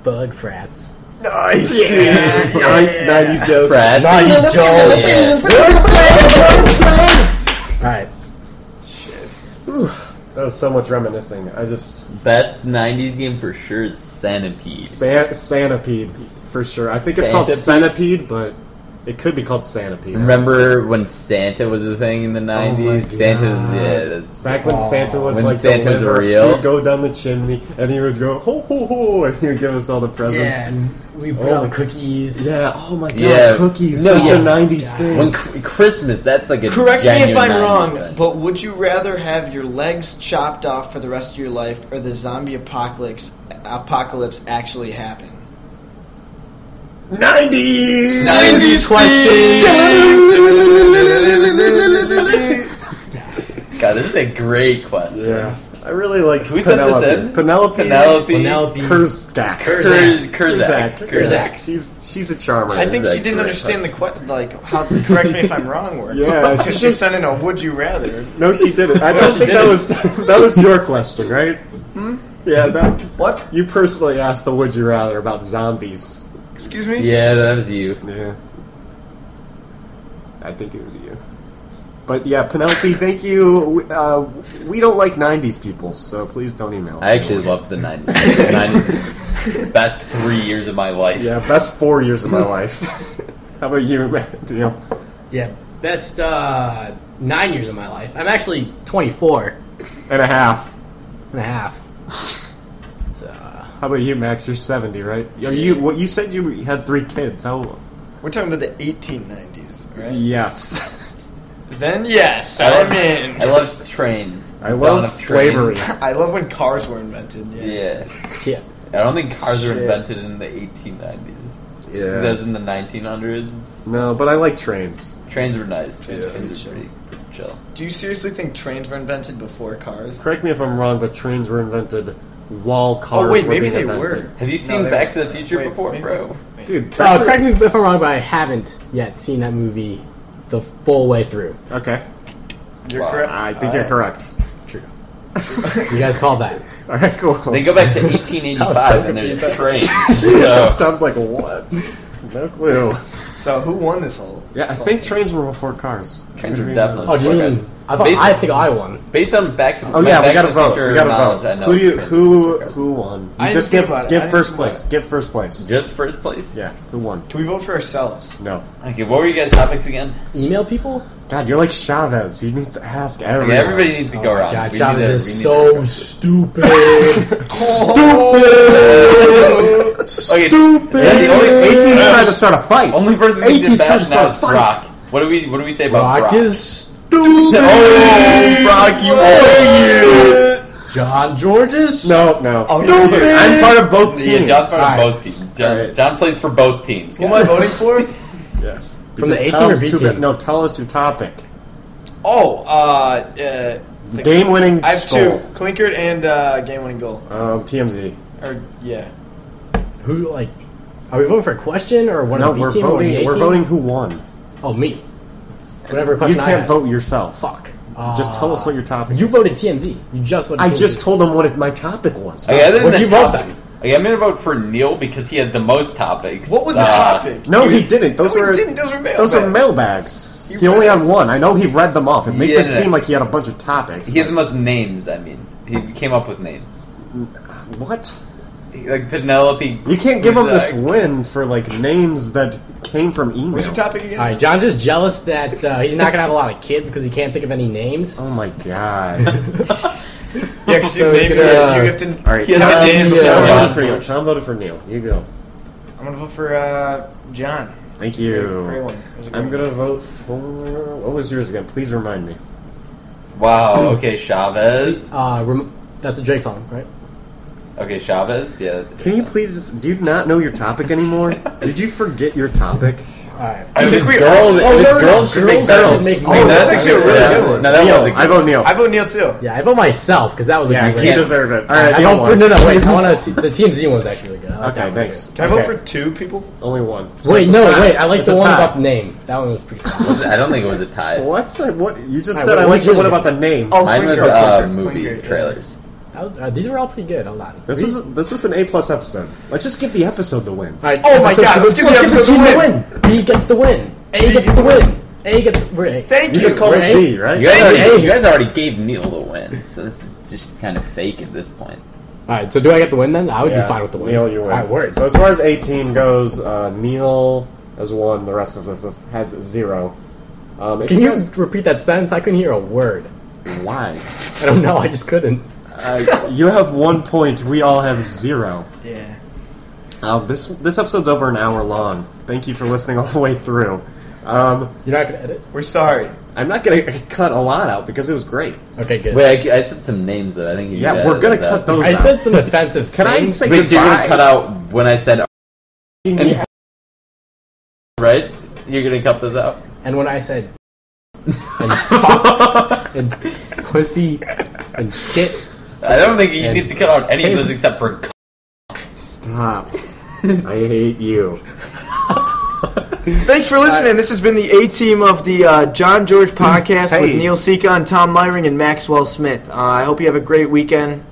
thug frats. nice, Yeah. '90s jokes. Brad. Nice jokes. Alright. That was so much reminiscing. I just Best '90s game for sure is Centipede. San- Centipede for sure. I think it's called Centipede, but it could be called Centipede. Remember when Santa was a thing in the '90s? Santa's Oh God. yeah. That's, Back when Santa would When like Santa was deliver, real. he would go down the chimney and he would go ho ho ho, and he would give us all the presents. Yeah, and we put Oh. out cookies. Yeah, Oh my god. Yeah. Cookies. No, such yeah. a '90s thing. when C- Christmas, that's like a Correct me if genuine I'm 90s wrong, thing. but would you rather have your legs chopped off for the rest of your life or the zombie apocalypse apocalypse actually happen? '90s. 90s question. God, this is a great question. Yeah. I really like Who sent this Penelope. in? Penelope. Penelope. Penelope. Kurzak. Kurz- Kurzak. Kurzak. Kurzak. Yeah, She's she's a charmer. I think That's she a didn't great understand the question. Like, how? Correct me if I'm wrong. Works. Yeah, she because she just- sent in a "Would you rather." No, she didn't. I don't she think that didn't. Hmm? was that was your question, right? Yeah, that What? you personally asked the would you rather about zombies. Excuse me. Yeah, that was you. Yeah. I think it was you. But yeah, Penelope, thank you. We- Uh, we don't like 90s people, so please don't email us. I actually loved the 90s. The 90s best three years of my life. Yeah, best four years of my life. How about you, Matt? You know, Yeah, best uh, nine years of my life. I'm actually 24 and a half. and a half. So, uh, How about you, Max? You're 70, right? Are you what you said you had three kids. How We're talking about the 1890s, right? Yes. Then yes, I I'm loved, in. I loved trains. I The dawn love of slavery. trains. I love when cars were invented. Yeah. Yeah. yeah. I don't think cars were Shit. invented in the 1890s. Yeah. That was in the 1900s. No, but I like trains. Trains were nice. Trains Chill. were pretty chill. Do you seriously think trains were invented before cars? Correct me if I'm wrong, but trains were invented while cars oh wait, were maybe being they invented. were. Have you seen they Back were- to the Future wait, before, maybe- bro? Dude, Uh, that's correct me if I'm wrong, but I haven't yet seen that movie the full way through. Okay. You're Wow. correct. I think you're correct. True. You guys called that. All right, cool. They go back uh, to That was 1885 so and there's confusing. trains. So. Tom's like, what? No clue. So who won this whole? Yeah, I this whole think thing? trains were before cars. Trains were Yeah. definitely- Oh, do you Sorry, mean guys. I, thought, Based- I think I won. Based on back to Oh yeah, back we gotta to the vote. Future We gotta knowledge, I vote. know Who do you the who Transformers. who won? I You just didn't give think about it. I give didn't first think about place. Give first place. Just first place. Yeah, who won? Can we vote for ourselves? No. Okay, what were you guys' topics again? Email people? God, you're like Chavez. He needs to ask Okay, everyone. everybody needs to go around. Oh God, We Chavez need to- we is need so to- stupid. okay, the only, 18's trying to start a fight. only person who 18 did trying to that start a now is fight. Brock. What do we what do we say about Brock? Brock is oh, stupid. Brock, oh, you Oh, are John George is No, no. Stupid. I'm part of both Yeah, teams. John's part Alright. of both teams. John, Alright. John plays for both teams. Who am I guys. voting for? yes. From the Just 18 tell or us who- 18? No, tell us your topic. Oh, uh, uh, Game-winning I have goal. two: Clinkert and uh, game-winning goal. Um, TMZ. Or yeah, who like are we voting for a question or one No, of the B we're team or the A voting. We're team? voting who won. Oh me. Whatever You question I can't had. vote yourself. Fuck. Uh, Just tell us what your topic. You is. voted TMZ. You just voted. I TMZ. just told them what my topic was. Okay, other than What'd the you vote topic- then? Okay, I'm gonna vote for Neil because he had the most topics. What was the Uh, topic? No, he didn't. Those we were didn't. Those were those were mailbags. mailbags. You He only read- had one. I know he read them off. It makes it Yeah. seem like he had a bunch of topics. He had the most names. I mean, he came up with names. but- What? Like Penelope. You can't give him this Uh, win for like names that came from emails. What's your topic again? All right, John's just jealous that uh, he's not gonna have a lot of kids because he can't think of any names. Oh my god! Yeah, 'cause So you, he's maybe uh, gonna- you have to. All right, He has Tom, a dance Tom floor. voted for Yeah. Neil. Tom voted for Neil. You go. I'm gonna vote for uh, John. Thank you. Great one. That was a great I'm one. gonna vote for. What was yours again? Please remind me. Wow. Okay, Chavez. Uh, rem- that's a Drake song, right? Okay, Chavez. Yeah. That's Can you please? Just, do you not know your topic anymore? Did you forget your topic? All right. I think we. Girls, Oh, it was there it girls is. should make Girls should medals. make Oh, medals. that's actually a really Yeah. good one. No, that was a Neil, good I vote Neil. I vote Neil too. Yeah, I vote myself because that was a yeah, good you yeah. one. deserve it. All I, right, I Neil vote for won. no, no. Wait, I want to see the TMZ one was actually really good. I like that Okay, one, thanks. Can I vote Okay. for two people? Only one. too. Wait, So no, it's a tie. wait. I like It's the a one tie. about the name. That one was pretty. Fun. I don't think it was a tie. What's a, what? You just Alright, said what I was like the yours one again? about the name. Oh, Mine was Clinkert, uh, Clinkert, movie Clinkert, yeah. trailers. That was, uh, these were all pretty good. Hold on. This was this was an A plus episode. Let's just give the episode the win. All right, Oh my episode- God, let's give the give the episode team the the win. B gets the win. A gets the win. A gets. We're A. Thank You you. just called us right? B, right? You guys, Hey. already, you guys already gave Neil the win, so this is just kind of fake at this point. All right, so do I get the win then? I would be fine with the win. Neil, you win. All right, words. So as far as A team goes, uh, Neil has one. The rest of us is- has zero. Um, if Can you guys- repeat that sentence? I couldn't hear a word. Why? I don't know. I just couldn't. Uh, you have one point. We all have zero. Yeah. Um, this this episode's over an hour long. Thank you for listening all the way through. Um, You're not gonna edit. We're sorry. I'm not gonna cut a lot out because it was great. Okay, good. Wait, I, I said some names that I think you. Yeah, guys- we're gonna that- cut those. I out. said some offensive. Can I things. say Wait, so you're gonna goodbye? cut out when I said and s- right? You're gonna cut those out. And when I said and fuck and pussy and shit, I don't think you need to cut out any of Yes. those except for. c- Stop. I hate you. Thanks for listening. this has been the A team of the uh, John George podcast Hmm. Hey. with Neil Seacon, Tom Myring, and Maxwell Smith. Uh, I hope you have a great weekend.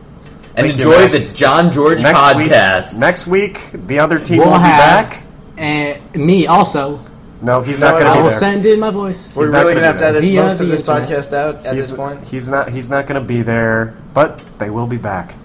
And Thank you, enjoy Max. the John George podcast. Week, next week, the other team We'll will be have- back. and me also. No, he's No, not no, going to I be will there. send in my voice. We're not really gonna gonna have to do edit that. most of this Via the podcast out at he's, he's not. He's not going to be there. But they will be back.